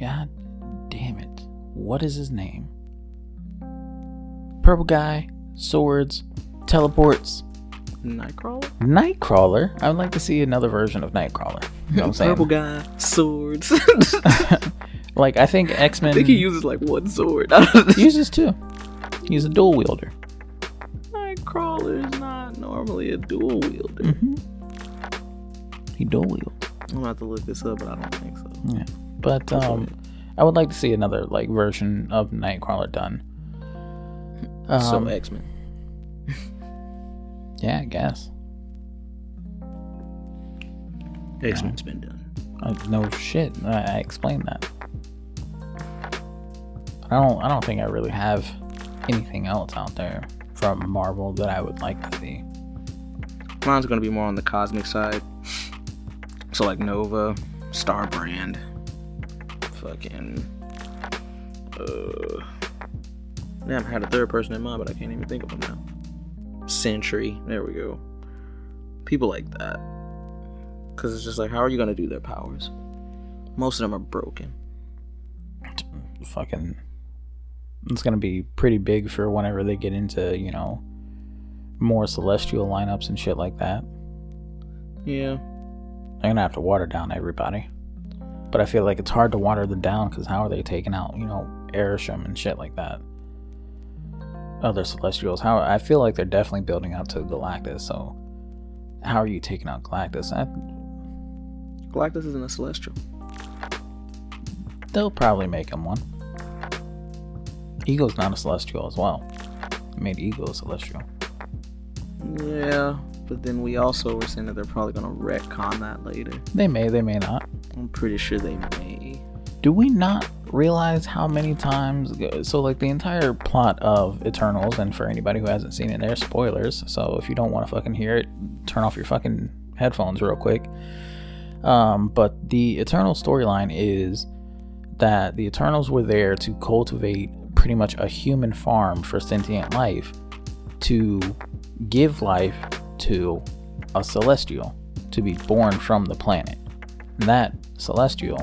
God damn it. What is his name? Purple guy, swords, teleports, Nightcrawler. Nightcrawler. I would like to see another version of Nightcrawler. You know what I'm saying? Purple guy. Swords. I like I think X-Men think he uses like one sword. Nightcrawler uses two. He's a dual wielder. is not normally a dual wielder. hmm He dual wields. I'm gonna have to look this up, but I don't think so. But Go for um, it. I would like to see another like version of Nightcrawler done. Um, so X Men. yeah, I guess. X Men's been done. Uh, no shit, I, I explained that. I don't. I don't think I really have anything else out there from Marvel that I would like to see. Mine's gonna be more on the cosmic side. So like Nova, Star Brand, fucking. Uh, damn, I had a third person in mind, but I can't even think of them now. Sentry. There we go. People like that. Cause it's just like, how are you gonna do their powers? Most of them are broken. Fucking, it's gonna be pretty big for whenever they get into you know more celestial lineups and shit like that. Yeah. They're gonna have to water down everybody. But I feel like it's hard to water them down because how are they taking out, you know, Airsham and shit like that? Other Celestials. How I feel like they're definitely building up to Galactus. So how are you taking out Galactus? I, Galactus isn't a celestial. they'll probably make him one. Ego's not a Celestial as well. They made Ego a Celestial. Yeah, but then we also were saying that they're probably gonna retcon that later. They may, they may not. I'm pretty sure they may. do we not realize how many times so like the entire plot of eternals and for anybody who hasn't seen it there's spoilers so if you don't want to fucking hear it turn off your fucking headphones real quick um, but the eternal storyline is that the eternals were there to cultivate pretty much a human farm for sentient life to give life to a celestial to be born from the planet and that celestial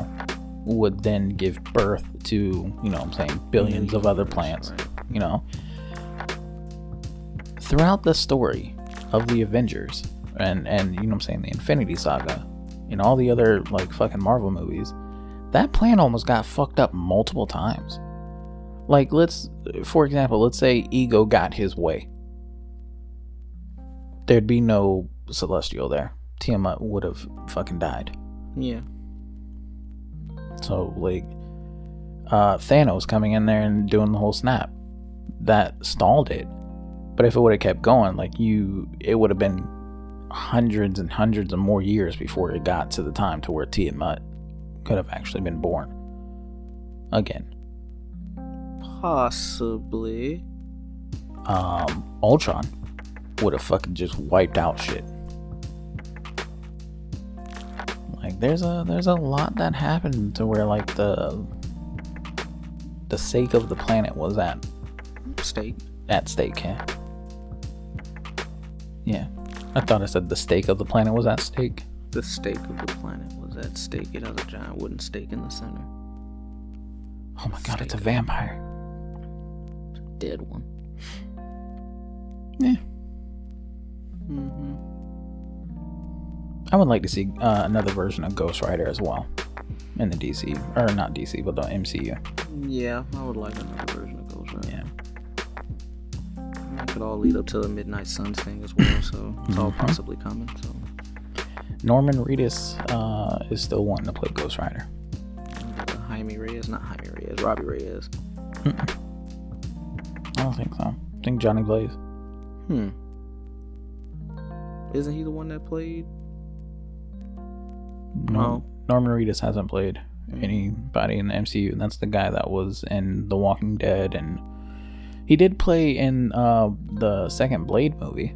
would then give birth to, you know what I'm saying, billions of other plants, you know. Throughout the story of the Avengers and and you know what I'm saying, the Infinity Saga and all the other like fucking Marvel movies, that plan almost got fucked up multiple times. Like let's for example, let's say Ego got his way. There'd be no Celestial there. Tiamat would have fucking died. Yeah. So like uh Thanos coming in there and doing the whole snap. That stalled it. But if it would have kept going, like you it would have been hundreds and hundreds of more years before it got to the time to where Tiamat could have actually been born. Again. Possibly. Um Ultron would have fucking just wiped out shit. Like there's a there's a lot that happened to where like the the sake of the planet was at State. at stake. Yeah. Yeah. I thought I said the stake of the planet was at stake. The stake of the planet was at stake. It has a giant wooden stake in the center. Oh my god, it's a vampire. Dead one. Yeah. Mm-hmm. I would like to see uh, another version of Ghost Rider as well in the DC or not DC, but the MCU. Yeah, I would like another version of Ghost Rider. Yeah. It could all lead up to the Midnight Suns thing as well, so it's all Mhm. possibly coming. So Norman Reedus uh, is still wanting to play Ghost Rider. uh, Jaime Reyes, not Jaime Reyes, Robbie Reyes. I don't think so. I think Johnny Blaze. Hmm. Isn't he the one that played? No. Oh. Norman Reedus hasn't played anybody in the MCU, and that's the guy that was in The Walking Dead, and he did play in uh, the second Blade movie.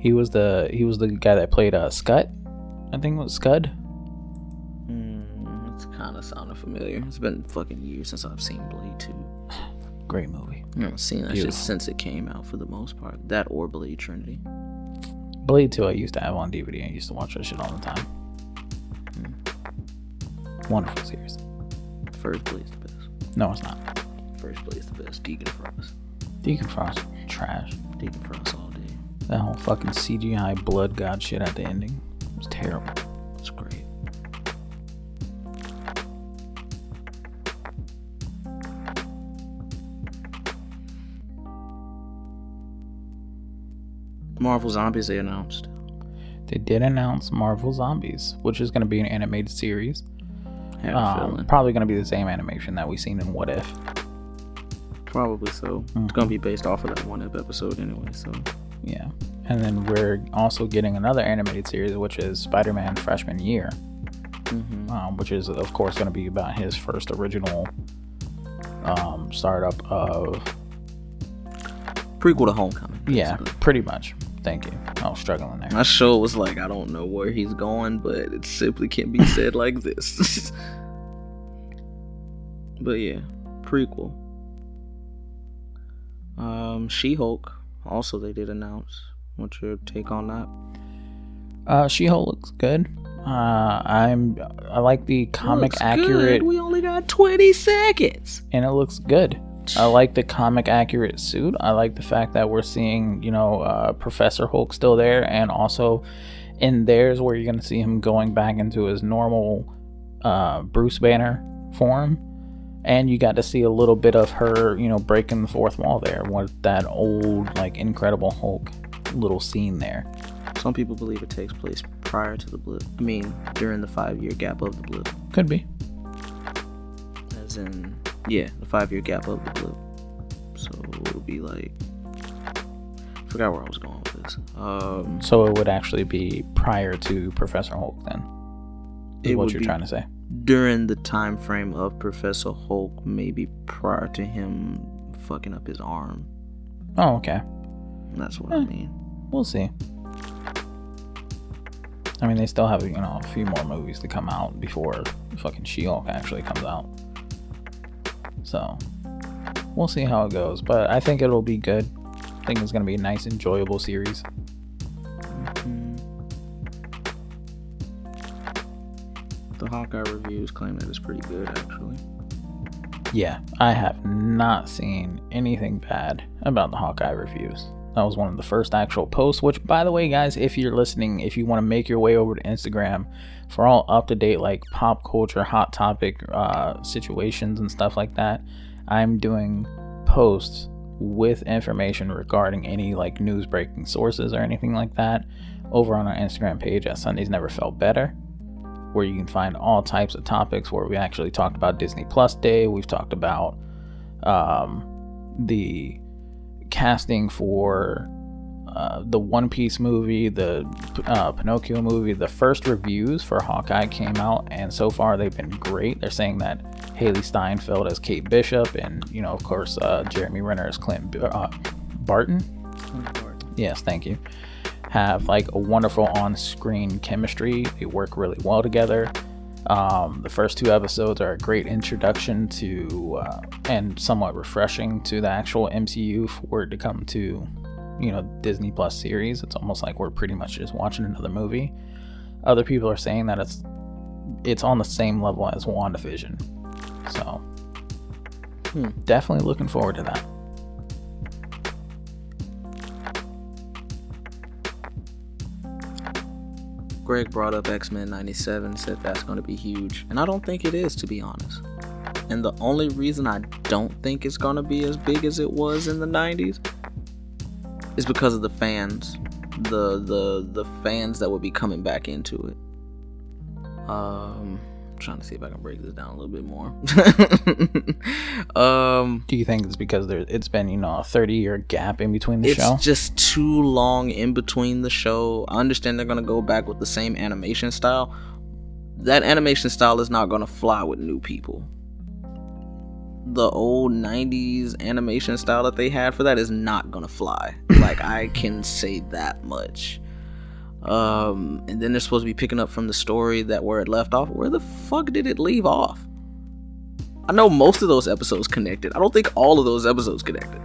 He was the he was the guy that played uh, Scud, I think it was Scud. Hmm. It's kind of sounding familiar. It's been fucking years since I've seen Blade Two. Great movie. I haven't seen that Beautiful. shit since it came out for the most part. That or Blade Trinity. Blade Two I used to have on DVD. I used to watch that shit all the time. Hmm. Wonderful series. First Blade's the best. No, it's not. First Blade's the best. Deacon Frost. Deacon Frost, trash. Deacon Frost all day. That whole fucking CGI blood god shit at the ending was terrible. It's great. Marvel Zombies they announced. They did announce Marvel Zombies, which is going to be an animated series. Had a Um, feeling. probably going to be the same animation that we seen in What If. Probably so. It's gonna Mm-hmm. be based off of that one up episode anyway. So Yeah. And then we're also getting another animated series, which is Spider Man Freshman Year, um, which is, of course, going to be about his first original um, startup of. prequel to Homecoming. Yeah, basically. pretty much. Thank you. I was struggling there. My show was like, I don't know where he's going, but it simply can't be said like this. but yeah, prequel. Um, She Hulk. Also, they did announce. What's your take on that? Uh, she Hulk looks good. Uh, I'm I like the comic Looks accurate, good. We only got 20 seconds. and it looks good. I like the comic accurate suit. I like the fact that we're seeing you know uh, Professor Hulk still there, and also in theirs where you're gonna see him going back into his normal uh, Bruce Banner form, and you got to see a little bit of her you know breaking the fourth wall there with that old like Incredible Hulk little scene there. Some people believe it takes place prior to the blip. I mean, during the five year gap of the blip. Could be. As in, yeah, the five year gap of the blip. So it'll be like. Forgot where I was going with this. Um, So it would actually be prior to Professor Hulk, then. Is It what would you're be- trying to say. during the time frame of Professor Hulk, maybe prior to him fucking up his arm. Oh, okay. That's what I Eh. mean. We'll see. I mean, they still have you know a few more movies to come out before fucking She-Hulk actually comes out. So we'll see how it goes, but I think it'll be good. I think it's gonna be a nice, enjoyable series. The Hawkeye reviews claim that it's pretty good, actually. Yeah, I have not seen anything bad about the Hawkeye reviews. That was one of the first actual posts, which, by the way, guys, if you're listening, if you want to make your way over to Instagram for all up to date, like pop culture, hot topic uh, situations, and stuff like that, I'm doing posts with information regarding any like news breaking sources or anything like that over on our Instagram page at Sundays Never Felt Better where you can find all types of topics where we actually talked about Disney Plus Day. We've talked about um, the casting for uh, the One Piece movie, the uh, Pinocchio movie. The first reviews for Hawkeye came out, and so far they've been great. They're saying that Haley Steinfeld as Kate Bishop, and you know, of course, uh, Jeremy Renner as Clint B- uh, Barton. Yes, thank you. Have like a wonderful on screen chemistry. They work really well together. Um, the first two episodes are a great introduction to uh, and somewhat refreshing to the actual MCU for it to come to, you know, Disney Plus series. It's almost like we're pretty much just watching another movie. Other people are saying that it's it's on the same level as WandaVision. So, Hmm. definitely looking forward to that. Greg brought up X Men 97, said that's going to be huge. And I don't think it is, to be honest. And the only reason I don't think it's going to be as big as it was in the 90s is because of the fans. The, the, the fans that would be coming back into it. Um, trying to see if I can break this down a little bit more. um, Do you think it's because there it's been you know a thirty year gap in between the it's show? just too long in between the show. I understand they're gonna go back with the same animation style. That animation style is not gonna fly with new people. The old '90s animation style that they had for that is not gonna fly. like I can say that much. Um, and then they're supposed to be picking up from the story that where it left off. Where the fuck did it leave off? I know most of those episodes connected. I don't think all of those episodes connected.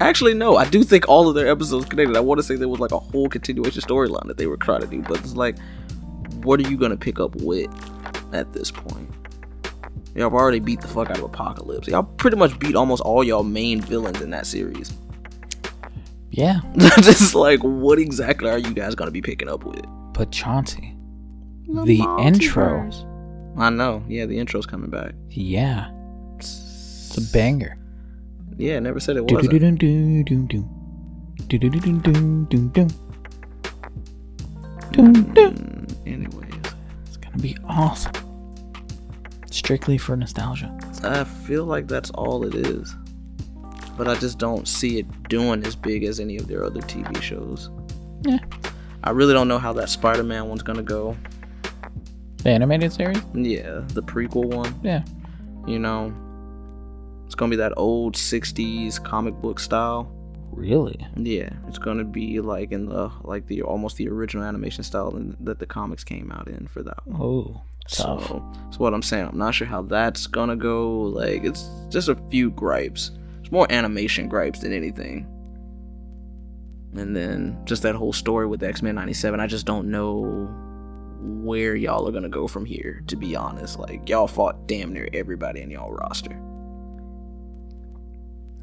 Actually, no, I do think all of their episodes connected. I want to say there was like a whole continuation storyline that they were trying to do, but it's like, what are you gonna pick up with at this point? Y'all already beat the fuck out of Apocalypse. Y'all pretty much beat almost all y'all main villains in that series. yeah, Just like, what exactly are you guys gonna be picking up with? but Chauncey, the intro, I know, yeah, the intro's coming back. yeah, it's a banger. Yeah, never said it wasn't. Do-do-do-do-do-do. Do-do-do-do-do-do-do. Do-do. Mm, anyways, It's gonna be awesome. Strictly for nostalgia. I feel like that's all it is. But I just don't see it doing as big as any of their other TV shows. Yeah. I really don't know how that Spider Man one's gonna go. The animated series? Yeah, the prequel one, Yeah. you know. It's gonna be that old 60s comic book style. Really? Yeah, it's gonna be like in the like the almost the original animation style in, that the comics came out in for that one. Oh. Tough. So that's what I'm saying. I'm not sure how that's gonna go. Like it's just a few gripes. It's more animation gripes than anything. And then just that whole story with X Men '97. I just don't know where y'all are gonna go from here. To be honest, like y'all fought damn near everybody in y'all roster.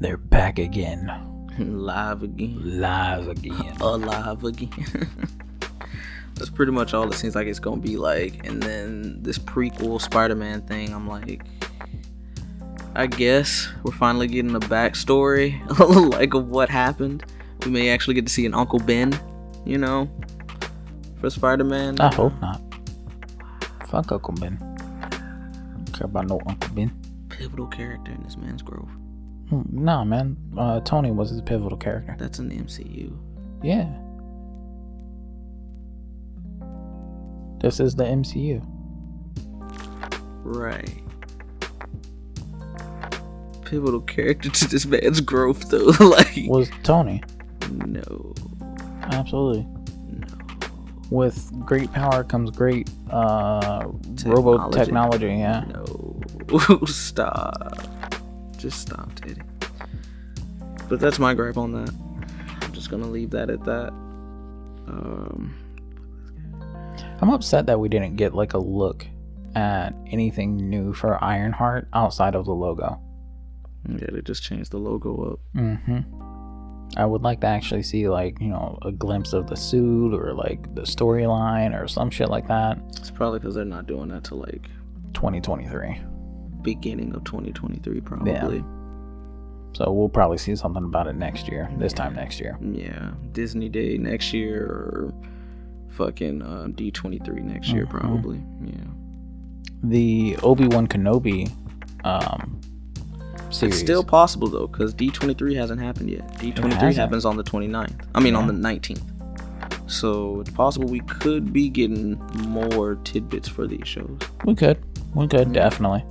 They're back again. Live again. Live again. alive again. That's pretty much all it seems like it's gonna be like. And then this prequel Spider-Man thing, I'm like, I guess we're finally getting a backstory like of what happened. We may actually get to see an Uncle Ben, you know, for Spider-Man. I hope not. Fuck Uncle Ben. Don't care about no Uncle Ben. Pivotal character in this man's growth. Hmm, Nah, man. Uh, Tony was his pivotal character. That's in the MCU. Yeah. This is the MCU. Right. Pivotal character to this man's growth though. like Was Tony. no. Absolutely. No. With great power comes great uh, robo technology, yeah. No. stop. Just stop, Teddy. But that's my gripe on that. I'm just gonna leave that at that. Um, I'm upset that we didn't get like a look at anything new for Ironheart outside of the logo. yeah, they just changed the logo up. hmm I would like to actually see like, you know, a glimpse of the suit or like the storyline or some shit like that. It's probably because they're not doing that till like 2023. beginning of 2023, probably. So we'll probably see something about it next year. This time next year. Yeah, Disney Day next year or fucking uh, D23 next year, Mhm. probably. Yeah, The Obi-Wan Kenobi um series. it's still possible though because D23 hasn't happened yet. D23 hasn't. happens on the 29th. I mean, on Yeah. the 19th. So it's possible we could be getting more tidbits for these shows. we could. We could definitely.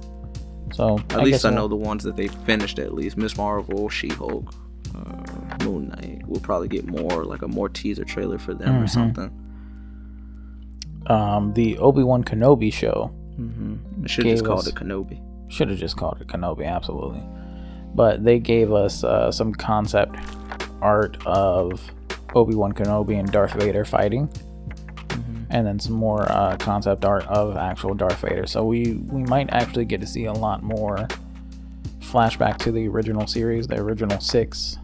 So Hmm. At least guess I know we'll- the ones that they finished. At least Miss Marvel, She Hulk, uh, Moon Knight. We'll probably get more like a more teaser Mm-hmm. trailer for them or Mhm. something. um the Obi-Wan Kenobi show Mm-hmm. I should Gave just called us- it Kenobi. Should have just called it Kenobi, absolutely. But they gave us uh, some concept art of Obi Wan Kenobi and Darth Vader fighting, and then some more uh, concept art of actual Darth Vader. So we we might actually get to see a lot more flashback to the original series, the original six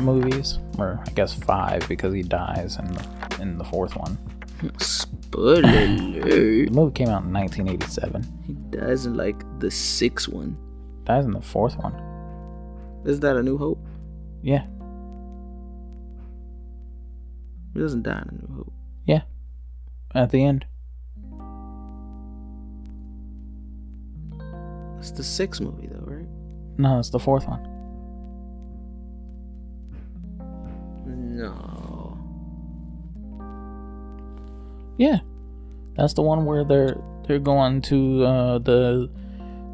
movies, or I guess five because he dies in the, in the fourth one. Spoiler alert. The movie came out in 1987. He dies in like the sixth one. Dies in the fourth one. Is that a New Hope? Yeah, He doesn't die in a New Hope. yeah. At the end. It's the sixth movie though, right? No, it's the fourth one. No. Yeah, that's the one where they're they're going to uh, the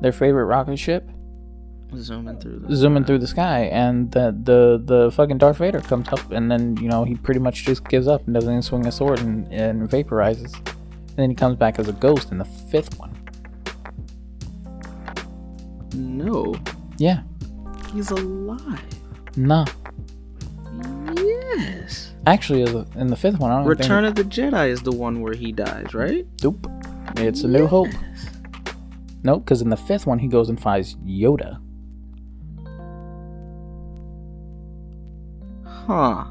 their favorite rocket ship, Zooming through. The zooming through the sky, and that the the fucking Darth Vader comes up, and then you know he pretty much just gives up and doesn't even swing a sword and, and vaporizes, and then he comes back as a ghost in the fifth one. No, Yeah, he's alive. nah. Yes. Actually, as a- in the fifth one, I don't even Return think. of the Jedi is the one where he dies, right? Nope. It's a New Hope. Nope, because in the fifth one he goes and finds Yoda. Huh.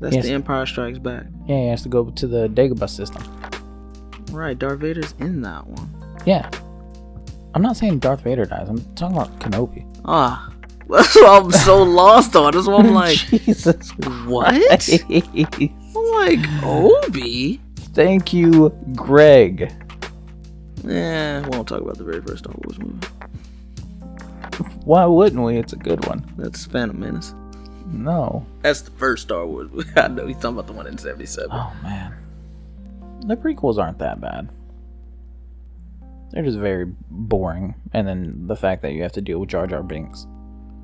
That's Yes. the Empire Strikes Back. Yeah, he has to go to the Dagobah system. Right, Darth Vader's in that one. Yeah. I'm not saying Darth Vader dies. I'm talking about Kenobi. Ah. That's what I'm so lost on. That's what I'm like. Jesus. What? Christ. I'm like, Obi? Thank you, Greg. Yeah, Eh, we won't talk about the very first Star Wars movie. Why wouldn't we? It's a good one. That's Phantom Menace. No. That's the first Star Wars movie. I know he's talking about the one in 77. Oh, man. The prequels aren't that bad. They're just very boring. And then the fact that you have to deal with Jar Jar Binks.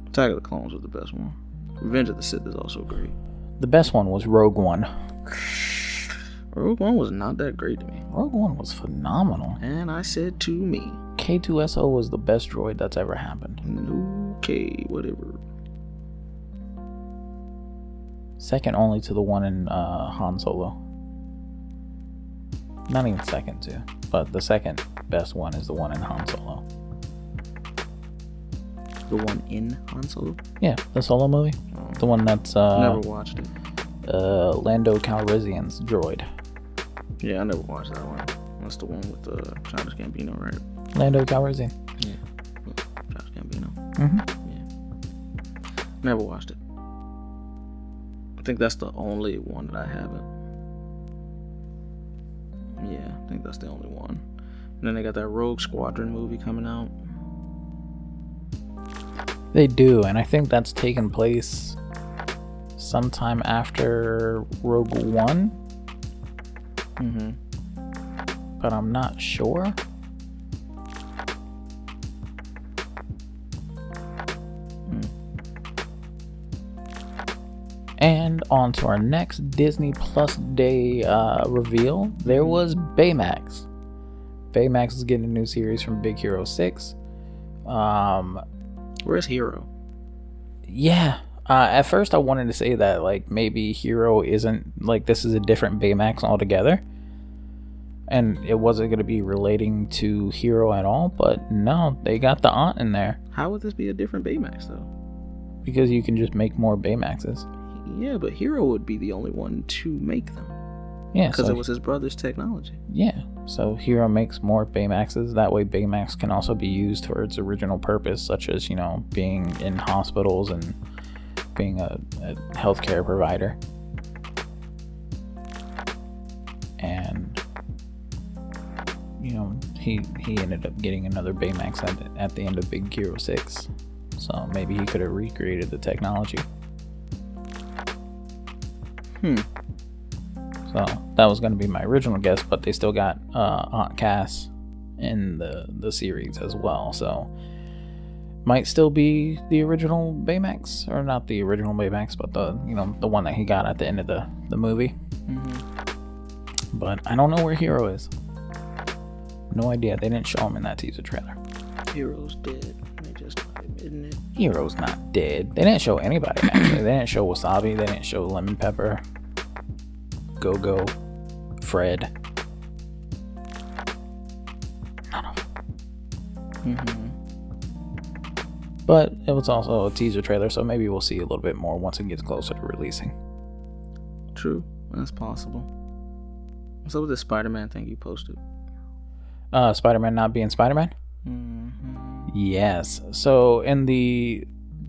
Attack of the Clones was the best one. Revenge of the Sith is also great. The best one was Rogue One. Rogue One was not that great to me. Rogue One was phenomenal. And I said to me, K2SO was the best droid that's ever happened. okay, whatever. Second only to the one in uh, Han Solo. Not even second to, but the second best one is the one in Han Solo. The one in Han Solo? Yeah, the Solo movie, the one that's Never uh, watched it. uh, Lando Calrissian's droid. Yeah, I never watched that one. That's the one with uh, Childish Gambino, right? Lando Calrissian. Yeah. Childish Gambino. Mm-hmm. Never watched it. I think that's the only one that I haven't. Yeah, I think that's the only one. And then they got that Rogue Squadron movie coming out. They do, and I think that's taken place sometime after Rogue One, Mm-hmm. but I'm not sure. Hmm. And on to our next Disney Plus Day uh, reveal, there was Baymax. Baymax is getting a new series from Big Hero 6. Um, Where's Hero? yeah. Uh, at first, I wanted to say that like maybe Hero isn't like this is a different Baymax altogether, and it wasn't going to be relating to Hero at all. But no, they got the aunt in there How would this be a different Baymax though? because you can just make more Baymaxes. Yeah, but Hero would be the only one to make them Yeah, because so it was his brother's technology. yeah, so Hero makes more Baymaxes. That way, Baymax can also be used for its original purpose, such as you know being in hospitals and being a, a healthcare provider. And you know he he ended up getting another Baymax at, the- at the end of Big Hero Six, so maybe he could have recreated the technology. Hmm. So that was going to be my original guess, but they still got uh, Aunt Cass in the the series as well. So might still be the original Baymax, or not the original Baymax, but the you know the one that he got at the end of the the movie. But I don't know where Hero is. No idea. They didn't show him in that teaser trailer. Heroes dead. They just admitting it. Hero's not dead. They didn't show anybody. Actually. they didn't show Wasabi. They didn't show Lemon Pepper. Go Go. Fred. None of them. Mm-hmm. But it was also a teaser trailer, so maybe we'll see a little bit more once it gets closer to releasing. True. That's possible. What's up with this Spider-Man thing you posted? Uh, Spider-Man not being Spider-Man. Mm-hmm. Yes. So in the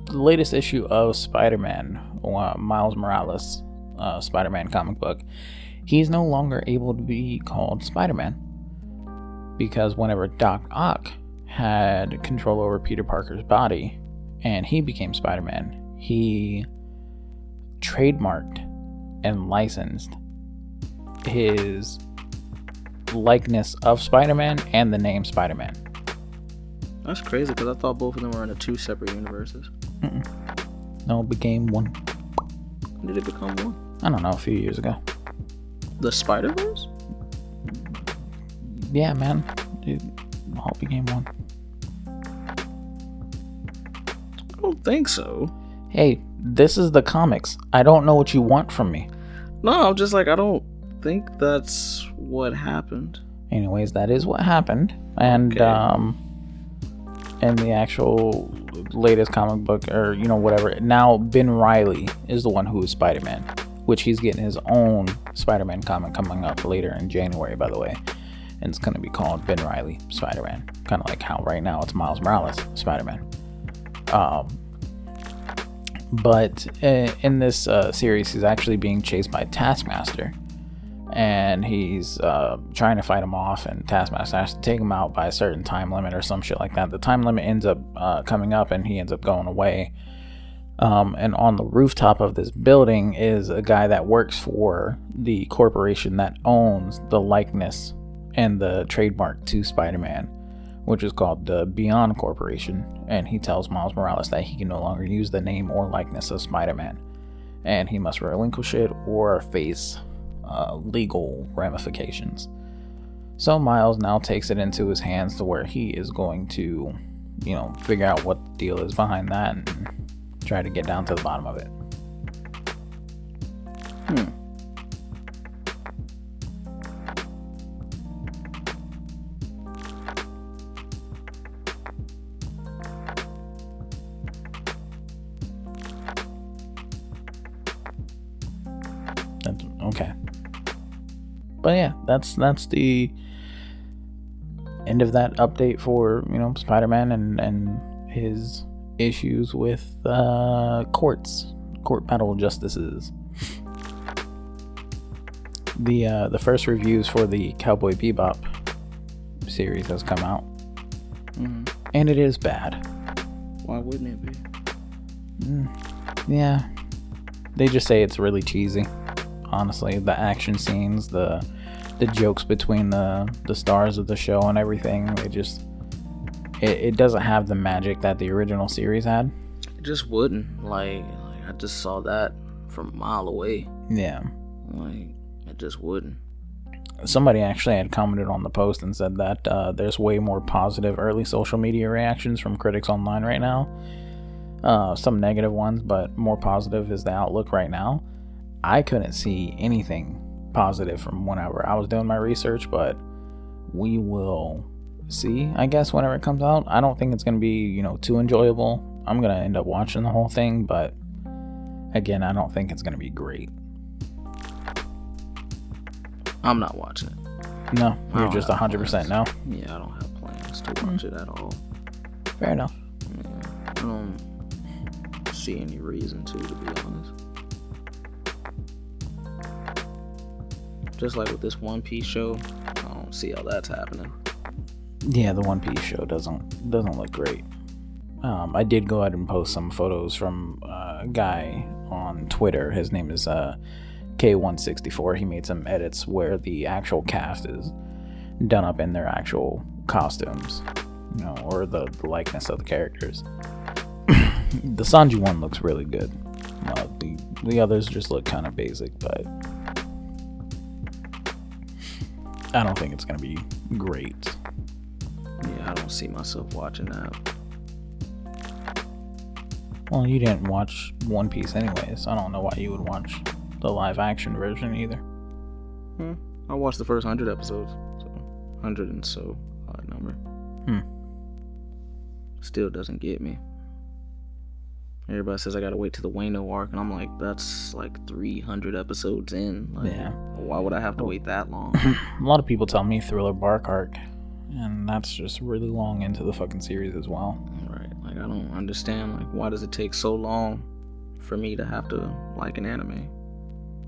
latest issue of Spider-Man, uh, Miles Morales, uh, Spider-Man comic book, he's no longer able to be called Spider-Man because whenever Doc Ock had control over Peter Parker's body and he became Spider-Man, he trademarked and licensed his likeness of Spider-Man and the name Spider-Man. That's crazy because I thought both of them were in a two separate universes. No, it became one. When did it become one? I don't know, a few years ago. The Spider Verse? Yeah, man. Dude, all became one. I don't think so. Hey, this is the comics. I don't know what you want from me. No, I'm just like I don't think that's what happened. Anyways, that is what happened. And Okay. um in the actual latest comic book or you know whatever, now Ben Riley is the one who is Spider-Man, which he's getting his own Spider-Man comic coming up later in January, by the way. And it's going to be called Ben Riley Spider-Man, kind of like how right now it's Miles Morales Spider-Man. Um but uh, in this uh, series, he's actually being chased by Taskmaster, and he's uh, trying to fight him off, and Taskmaster has to take him out by a certain time limit or some shit like that. The time limit ends up uh, coming up, and he ends up going away. Um, and on the rooftop of this building is a guy that works for the corporation that owns the likeness and the trademark to Spider-Man, which is called the Beyond Corporation. And he tells Miles Morales that he can no longer use the name or likeness of Spider-Man, and he must relinquish it or face uh, legal ramifications. So Miles now takes it into his hands to where he is going to, you know, figure out what the deal is behind that and try to get down to the bottom of it. Hmm. That's, okay. But yeah, that's that's the end of that update for you know Spider-Man and and his issues with uh, courts, court battle justices. The uh, the first reviews for the Cowboy Bebop series has come out, Mm-hmm. and it is bad. Why wouldn't it be? Yeah. They just say it's really cheesy. Honestly, the action scenes, the the jokes between the the stars of the show and everything, they just it, it doesn't have the magic that the original series had. It just wouldn't. Like, like I just saw that from a mile away. Yeah. Like it just wouldn't. Somebody actually had commented on the post and said that uh, there's way more positive early social media reactions from critics online right now. Uh, some negative ones, but more positive is the outlook right now. I couldn't see anything positive from whenever I was doing my research, but we will see, I guess, whenever it comes out. I don't think it's going to be, you know, too enjoyable. I'm going to end up watching the whole thing, but again, I don't think it's going to be great. I'm not watching it. No, you're don't just have 100% no. Yeah, I don't have plans to watch it at all. Fair enough. I don't see any reason to, to be honest. Just like with this One Piece show, I don't see how that's happening. Yeah, the One Piece show doesn't doesn't look great. Um, I did go ahead and post some photos from uh, a guy on Twitter. His name is uh, K164. He made some edits where the actual cast is done up in their actual costumes, you know, or the, the likeness of the characters. the Sanji one looks really good. Uh, the the others just look kind of basic, but I don't think it's gonna be great. I don't see myself watching that. Well, you didn't watch One Piece anyways. I don't know why you would watch the live action version either. Hmm. I watched the first hundred episodes, so hundred and so odd number. Hmm. Still doesn't get me. Everybody says I gotta wait till the Wayno arc, and I'm like, that's like 300 episodes in. Like, Yeah. Oh. Why would I have to wait that long? A lot of people tell me Thriller Bark arc, and that's just really long into the fucking series as well. right. Like I don't understand. Like why does it take so long for me to have to like an anime?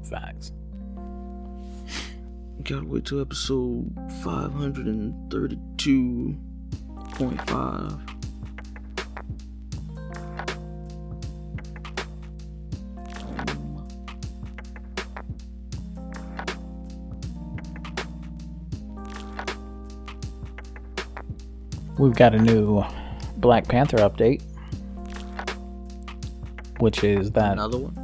Facts. You gotta wait till episode 532.5. Um, We've got a new Black Panther update, which is that Another one?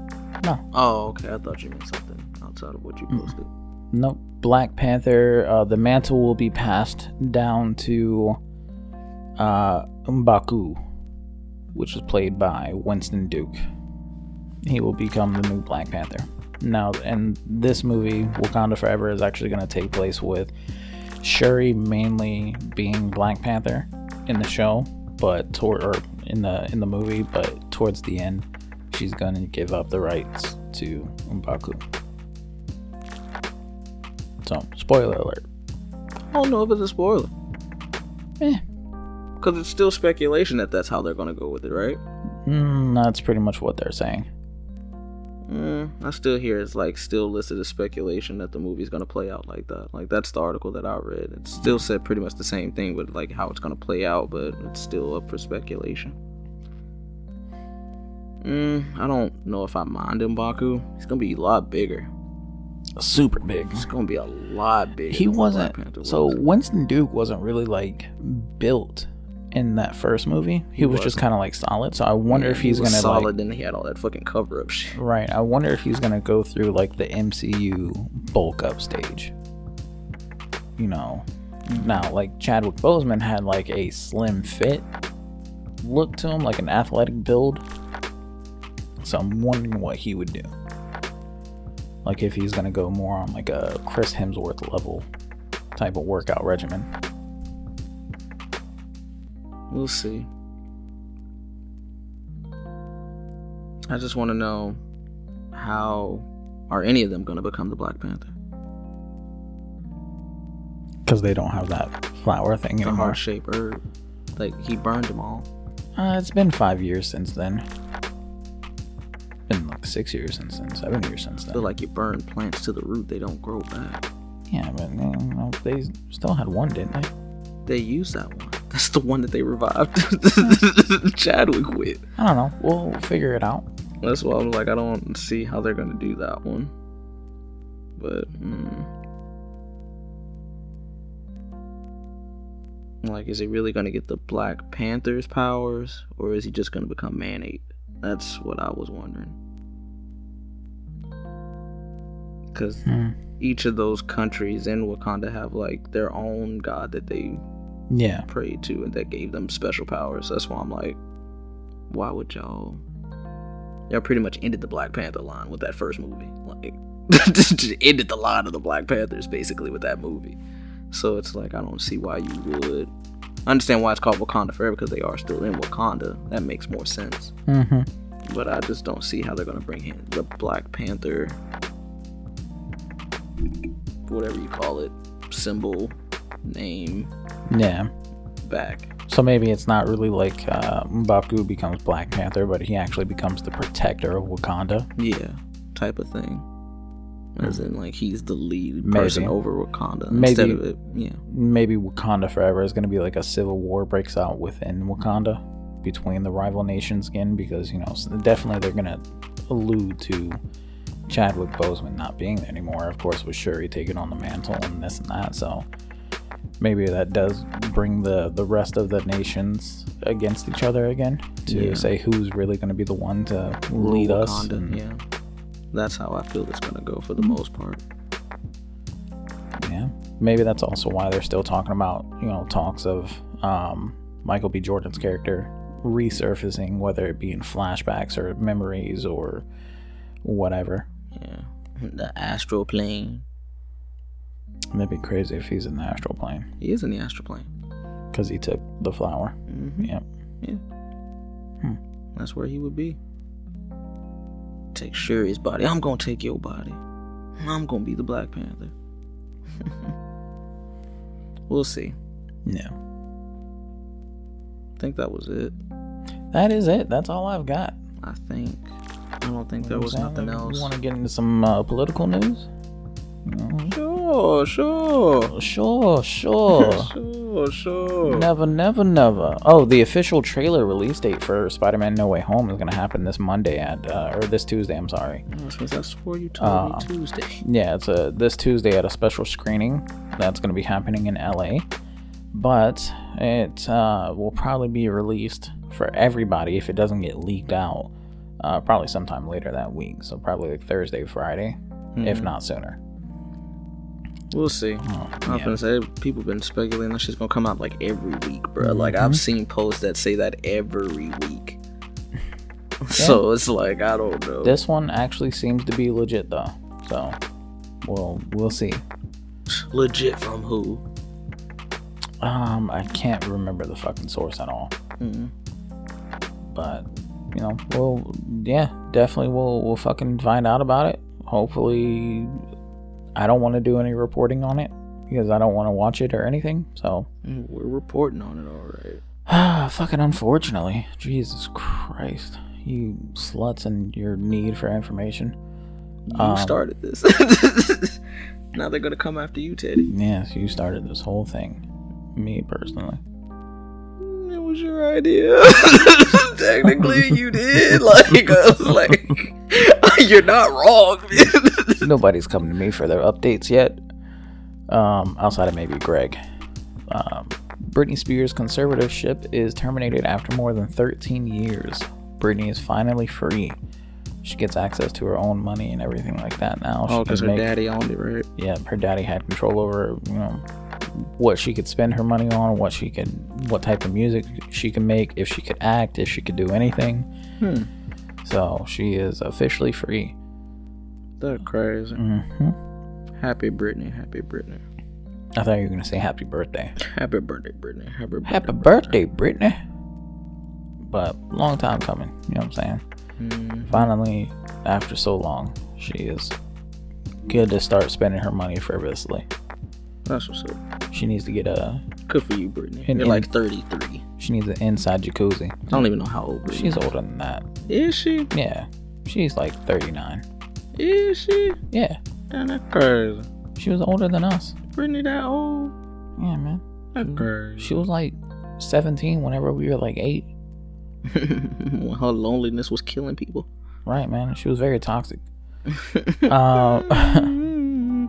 No. Oh, okay. I thought you meant something outside of what you posted. Nope. Black Panther, uh, the mantle will be passed down to uh, M'Baku, which is played by Winston Duke. He will become the new Black Panther. Now, and this movie, Wakanda Forever, is actually going to take place with Shuri mainly being Black Panther in the show, but toward or in the in the movie, but towards the end, she's going to give up the rights to M'Baku. So, spoiler alert. I don't know Oh, if it's a spoiler. Eh. Because it's still speculation that that's how they're going to go with it, right? Mm, that's pretty much what they're saying. Mm, I still hear it's like still listed as speculation that the movie's going to play out like that. Like that's the article that I read. It still said pretty much the same thing with like how it's going to play out, but it's still up for speculation. Mm, I don't know if I mind Mbaku. He's going to be a lot bigger. Super big. He's going to be a lot bigger. He than what Black wasn't. Panther So was. Winston Duke wasn't really like built in that first movie. He, was, just kind of like solid. So I wonder if He he's was gonna solid. like then he had all that fucking cover up shit. right. I wonder if he's gonna go through like the MCU bulk up stage. You know, now like Chadwick Boseman had like a slim fit look to him, like an athletic build. So I'm wondering what he would do. Like if he's gonna go more on like a Chris Hemsworth level type of workout regimen. We'll see. I just want to know how are any of them going to become the Black Panther? Because they don't have that flower thing The anymore. heart shape herb. Like he burned them all. Uh, it's been five years since then. Been like six years since then, seven years since I feel then. like you burn plants to the root, they don't grow back. Yeah, but you know, they still had one, didn't they? They used that one. That's the one that they revived Chadwick with. I don't know. We'll figure it out. That's why I'm like, I don't see how they're going to do that one. But, mm. Like, is he really going to get the Black Panther's powers? Or is he just going to become Man Ape? That's what I was wondering. Because Hmm. each of those countries in Wakanda have, like, their own god that they Yeah. prayed to and that gave them special powers. That's why I'm like, why would y'all? Y'all pretty much ended the Black Panther line with that first movie. Like, just ended the line of the Black Panthers basically with that movie. So it's like I don't see why you would. I understand why it's called Wakanda Forever because they are still in Wakanda. That makes more sense. Mm-hmm. But I just don't see how they're gonna bring in the Black Panther, whatever you call it, symbol, name, Yeah. back. So maybe it's not really like uh, M'Baku becomes Black Panther, but he actually becomes the protector of Wakanda. Yeah, type of thing. As in, like he's the lead Maybe. person over Wakanda Maybe. instead of it. Yeah, Maybe Wakanda Forever is going to be like a civil war breaks out within Wakanda between the rival nations again, because, you know, s- definitely they're going to allude to Chadwick Boseman not being there anymore, of course, with Shuri taking on the mantle and this and that. So maybe that does bring the, the rest of the nations against each other again to Yeah. say who's really going to be the one to lead Rule us. Wakanda, and- Yeah, that's how I feel it's gonna go for the most part. Yeah. Maybe that's also why they're still talking about, you know, talks of um, Michael B. Jordan's character resurfacing, whether it be in flashbacks or memories or whatever. Yeah. The astral plane. That'd be crazy if he's in the astral plane He is in the astral plane. because he took the flower. Mm-hmm. Yep. Hmm. That's where he would be. Take Shuri's body. I'm gonna take your body. I'm gonna be the Black Panther. we'll see. Yeah. I think that was it. That is it. That's all I've got. I think. I don't think there was Sam, nothing you- else. You want to get into some uh, political news? Mm-hmm. Mm, Sure, sure. Sure, sure. Sure, sure. Never, never, never. Oh, the official trailer release date for Spider-Man: No Way Home is going to happen this Monday at, uh, or this Tuesday. I'm sorry. Oh, since I swore you told Uh, me Tuesday. Yeah, it's a this Tuesday at a special screening that's going to be happening in LA. But it uh, will probably be released for everybody if it doesn't get leaked out. Uh, probably sometime later that week. So probably like Thursday, Friday, Hmm. if not sooner. We'll see. Oh, I'm yeah. gonna say people been speculating that shit's gonna come out like every week, bro. Mm-hmm. Like I've seen posts that say that every week. So it's like I don't know. This one actually seems to be legit though. So we'll we'll see. Legit from who? Um, I can't remember the fucking source at all. Mm. But you know, we'll yeah, definitely we'll we'll fucking find out about it. Hopefully, I don't want to do any reporting on it because I don't want to watch it or anything. So, Mm, We're reporting on it, all right. fucking unfortunately, Jesus Christ, you sluts and your need for information. You Um, started this. now they're gonna come after you, Teddy. Yes, you started this whole thing. Me personally. Mm, It was your idea. Technically, you did. Like, I was like, you're not wrong. man. nobody's come to me for their updates yet. Um, outside of maybe Greg. Um, Britney Spears' conservatorship is terminated after more than 13 years. Britney is finally free. She gets access to her own money and everything like that now. She oh, can because her make- daddy owned it, right? Yeah, her daddy had control over you know what she could spend her money on, what she could, what type of music she could make, if she could act, if she could do anything. Hmm. So she is officially free. They're crazy. hmm Happy Britney. Happy Britney. I thought you were gonna say happy birthday. Happy birthday, Brittany. Happy birthday. Happy birthday, Brittany. But long time coming, you know what I'm saying? Mm, Finally, after so long, she is good to start spending her money frivolously. that's what's up. She needs to get a Good for you, Brittany. And- You're and- like 33. she needs an inside jacuzzi. I don't even know how old Brittany She's is. older than that. Is she? Yeah. She's like 39. Is she? Yeah. Damn, that crazy. She was older than us. Brittany that old? Yeah, man. That crazy. She was like 17 whenever we were like 8. When her loneliness was killing people. Right, man. She was very toxic. um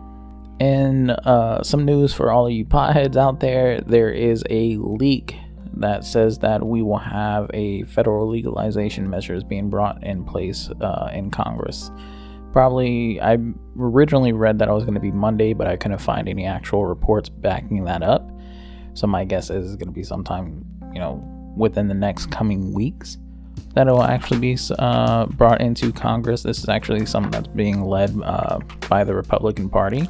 And uh, some news for all of you potheads out there there is a leak that says that we will have a federal legalization measures being brought in place uh, in Congress. Probably, I originally read that it was going to be Monday, but I couldn't find any actual reports backing that up. So, my guess is it's going to be sometime, you know, within the next coming weeks that it will actually be uh, brought into Congress. This is actually something that's being led uh, by the Republican Party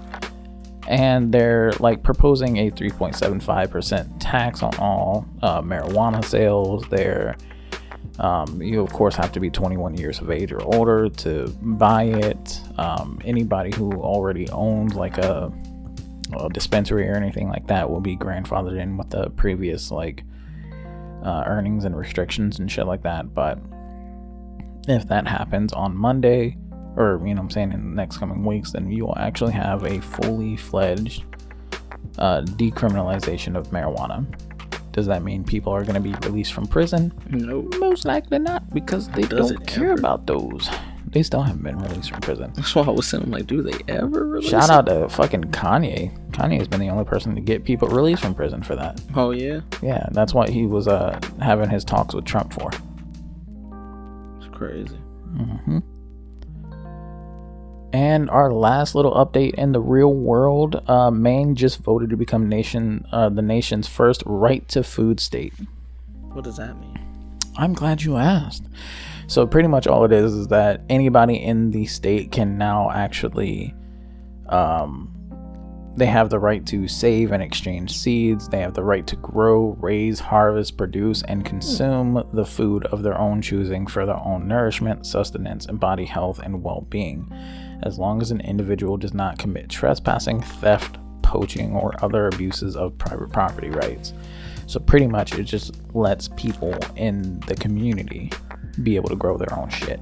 and they're like proposing a 3.75% tax on all uh, marijuana sales. They're um, you of course have to be 21 years of age or older to buy it. Um, anybody who already owns like a, a dispensary or anything like that will be grandfathered in with the previous like uh, earnings and restrictions and shit like that. But if that happens on Monday, or you know what I'm saying in the next coming weeks, then you will actually have a fully fledged uh, decriminalization of marijuana. Does that mean people are going to be released from prison? nope. Most likely not, because they Does don't it care ever? about those. They still haven't been released from prison. That's why I was saying, I'm like, do they ever release Shout it? out to fucking Kanye. Kanye has been the only person to get people released from prison for that. Oh, yeah? Yeah, that's what he was uh, having his talks with Trump for. It's crazy. hmm And our last little update in the real world, uh, Maine just voted to become nation uh, the nation's first right to food state. What does that mean? I'm glad you asked. So pretty much all it is is that anybody in the state can now actually um they have the right to save and exchange seeds. They have the right to grow, raise, harvest, produce, and consume the food of their own choosing for their own nourishment, sustenance, and body health and well being, as long as an individual does not commit trespassing, theft, poaching, or other abuses of private property rights. So, pretty much, it just lets people in the community be able to grow their own shit.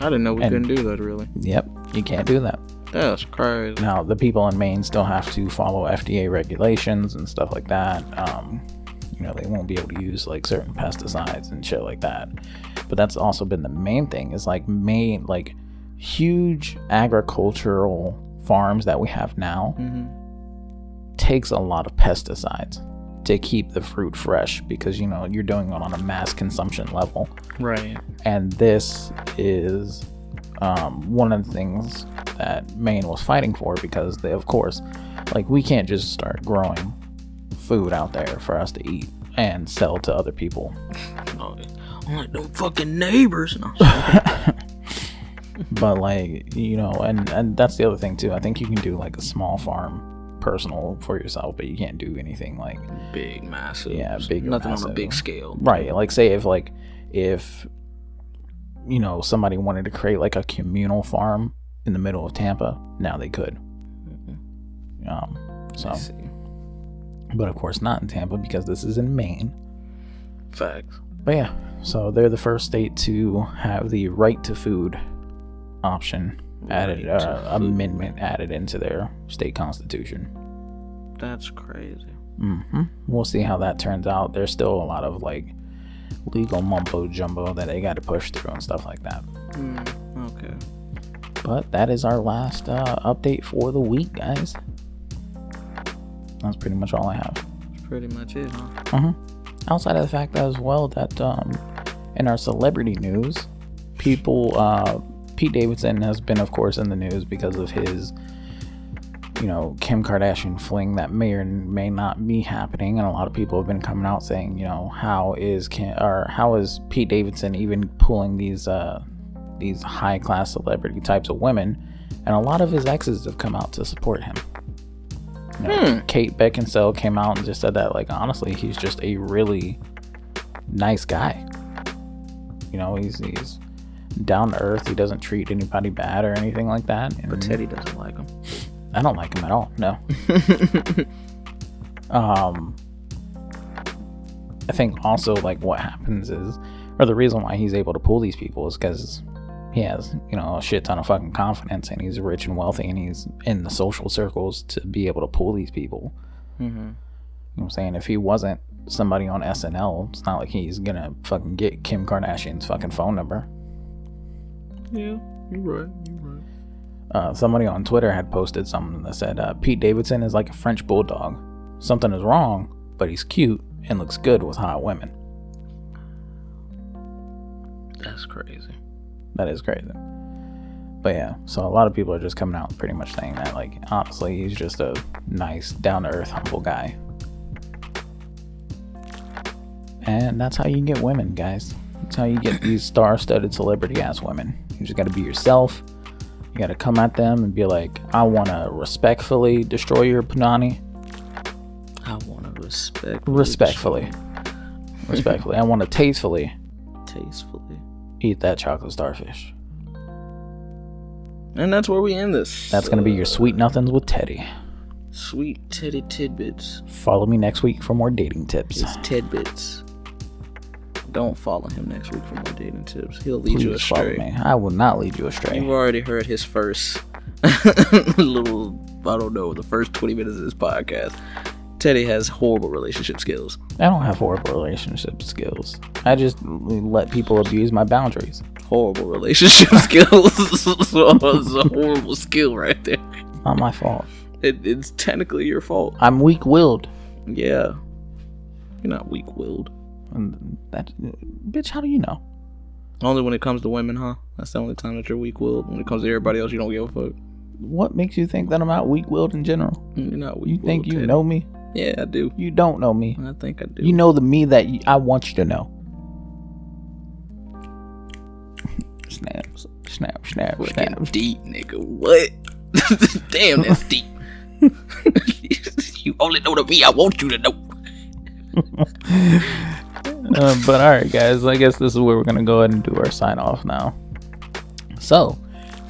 I didn't know we And- couldn't do that really. Yep, you can't do that. That's crazy. Now, the people in Maine still have to follow FDA regulations and stuff like that. Um, you know, they won't be able to use like certain pesticides and shit like that. But that's also been the main thing is like Maine, like huge agricultural farms that we have now hmm takes a lot of pesticides to keep the fruit fresh because you know you're doing it on a mass consumption level Right. and this is um, one of the things that Maine was fighting for because they, of course, like we can't just start growing food out there for us to eat and sell to other people. Oh, I'm like them fucking neighbors. No. But like you know, and and that's the other thing too. I think you can do like a small farm, personal for yourself, but you can't do anything like big, massive. Yeah, big or Nothing on a massive. big scale. right like say if like if you know somebody wanted to create like a communal farm in the middle of tampa now they could um Mm-hmm. so I see. but of course not in tampa because this is in maine Facts. but yeah so they're the first state to have the right to food option added Right to uh, amendment added into their state constitution That's crazy. hmm We'll see how that turns out. There's still a lot of like legal mumbo jumbo that they got to push through and stuff like that. Mm, okay. But that is our last uh, update for the week, guys. That's pretty much all I have. That's pretty much it, huh? Outside of the fact as well that um, in our celebrity news, people, uh, Pete Davidson has been, of course, in the news because of his, you know, Kim Kardashian fling that may or may not be happening, and a lot of people have been coming out saying, you know, how is Kim or how is Pete Davidson even pulling these uh, these high class celebrity types of women, and a lot of his exes have come out to support him. You know, Kate Beckinsale came out and just said that, like, honestly, he's just a really nice guy. You know, he's he's down to earth. He doesn't treat anybody bad or anything like that. And But Teddy doesn't like him. I don't like him at all. No. um, I think also like what happens is, or the reason why he's able to pull these people is because he has you know a shit ton of fucking confidence and he's rich and wealthy and he's in the social circles to be able to pull these people. Mm-hmm. You know what I'm saying? If he wasn't somebody on SNL, it's not like he's gonna fucking get Kim Kardashian's fucking phone number. Yeah, you're right. You're right. uh, somebody on Twitter had posted something that said uh, Pete Davidson is like a French bulldog. Something is wrong, but he's cute and looks good with hot women. That's crazy. That is crazy. But yeah, so a lot of people are just coming out pretty much saying that, like, honestly, he's just a nice, down to earth, humble guy. And that's how you get women, guys. That's how you get these star studded celebrity ass women. You just gotta be yourself. You gotta come at them and be like, I wanna respectfully destroy your punani. I want to respect. Respectfully. Respectfully. I wanna tastefully Tastefully. eat that chocolate starfish. And that's where we end this. That's gonna be your uh, sweet nothings with Teddy. sweet titty tidbits. Follow me next week for more dating tips. It's tidbits. Don't follow him next week for more dating tips. He'll lead you Please follow astray. me. I will not lead you You've astray. already heard his first little. I don't know the first twenty minutes of this podcast. Teddy has horrible relationship skills. I don't have horrible relationship skills. I just let people abuse my boundaries. Horrible relationship skills. so it's a horrible skill right there. It's Not my fault. It, it's technically your fault. I'm weak-willed. Yeah. You're not weak willed. And That bitch, how do you know? Only when it comes to women, huh? That's the only time that you're weak willed. When it comes to everybody else, you don't give a fuck. What makes you think that I'm not weak-willed in general? You're not You weak. think you know me? Yeah, I do. You don't know me. I think I do. You know the me that y- I want you to know. Snap, snap, snap, Fucking snap. deep, nigga. What? Damn, that's deep. you only know to me. I want you to know. Uh, but all right, guys, I guess this is where we're going to go ahead and do our sign off now. So,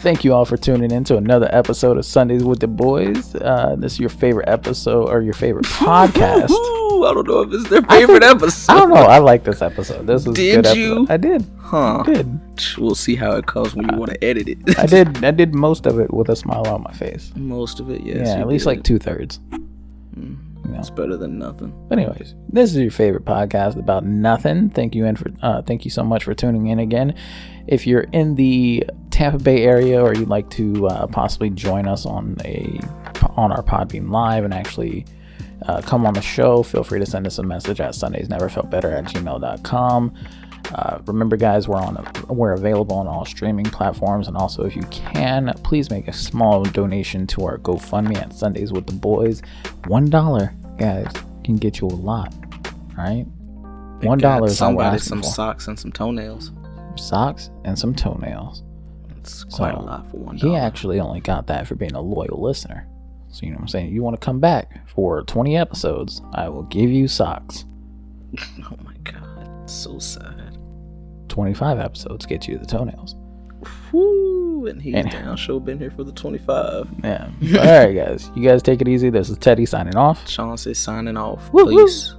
thank you all for tuning in to another episode of Sundays with the Boys. Uh, this is your favorite episode or your favorite podcast. Ooh, I don't know if it's their favorite episode. I don't know. I like this episode. This was a Did good episode. you? I did. Huh. I did. We'll see how it comes when you want to edit it. Uh, I did. I did most of it with a smile on my face. Most of it, yes. yeah, you at least did. like two thirds. It's better than nothing. But anyways, this is your favorite podcast about nothing. Thank you and for uh, thank you so much for tuning in again. If you're in the Tampa Bay area or you'd like to uh, possibly join us on a on our Podbean live and actually uh, come on the show, feel free to send us a message at sundaysneverfeltbetter at gmail.com. Uh, remember, guys, we're on we're available on all streaming platforms, and also if you can, please make a small donation to our GoFundMe at Sundays with the Boys. One dollar, guys, can get you a lot. All right, They one got dollar is all we're Somebody asking some for. socks and some toenails. socks and some toenails. It's quite a So, lot for one He dollar. actually only got that for being a loyal listener. So you know what I'm saying. You want to come back for 20 episodes? I will give you socks. Oh my god, so sad. 25 episodes get you the toenails. Woo, and he's And- down. Show been here for the twenty-five. Yeah. All right, guys. You guys take it easy. This is Teddy signing off. Chauncey signing off. Woo, woo. Peace.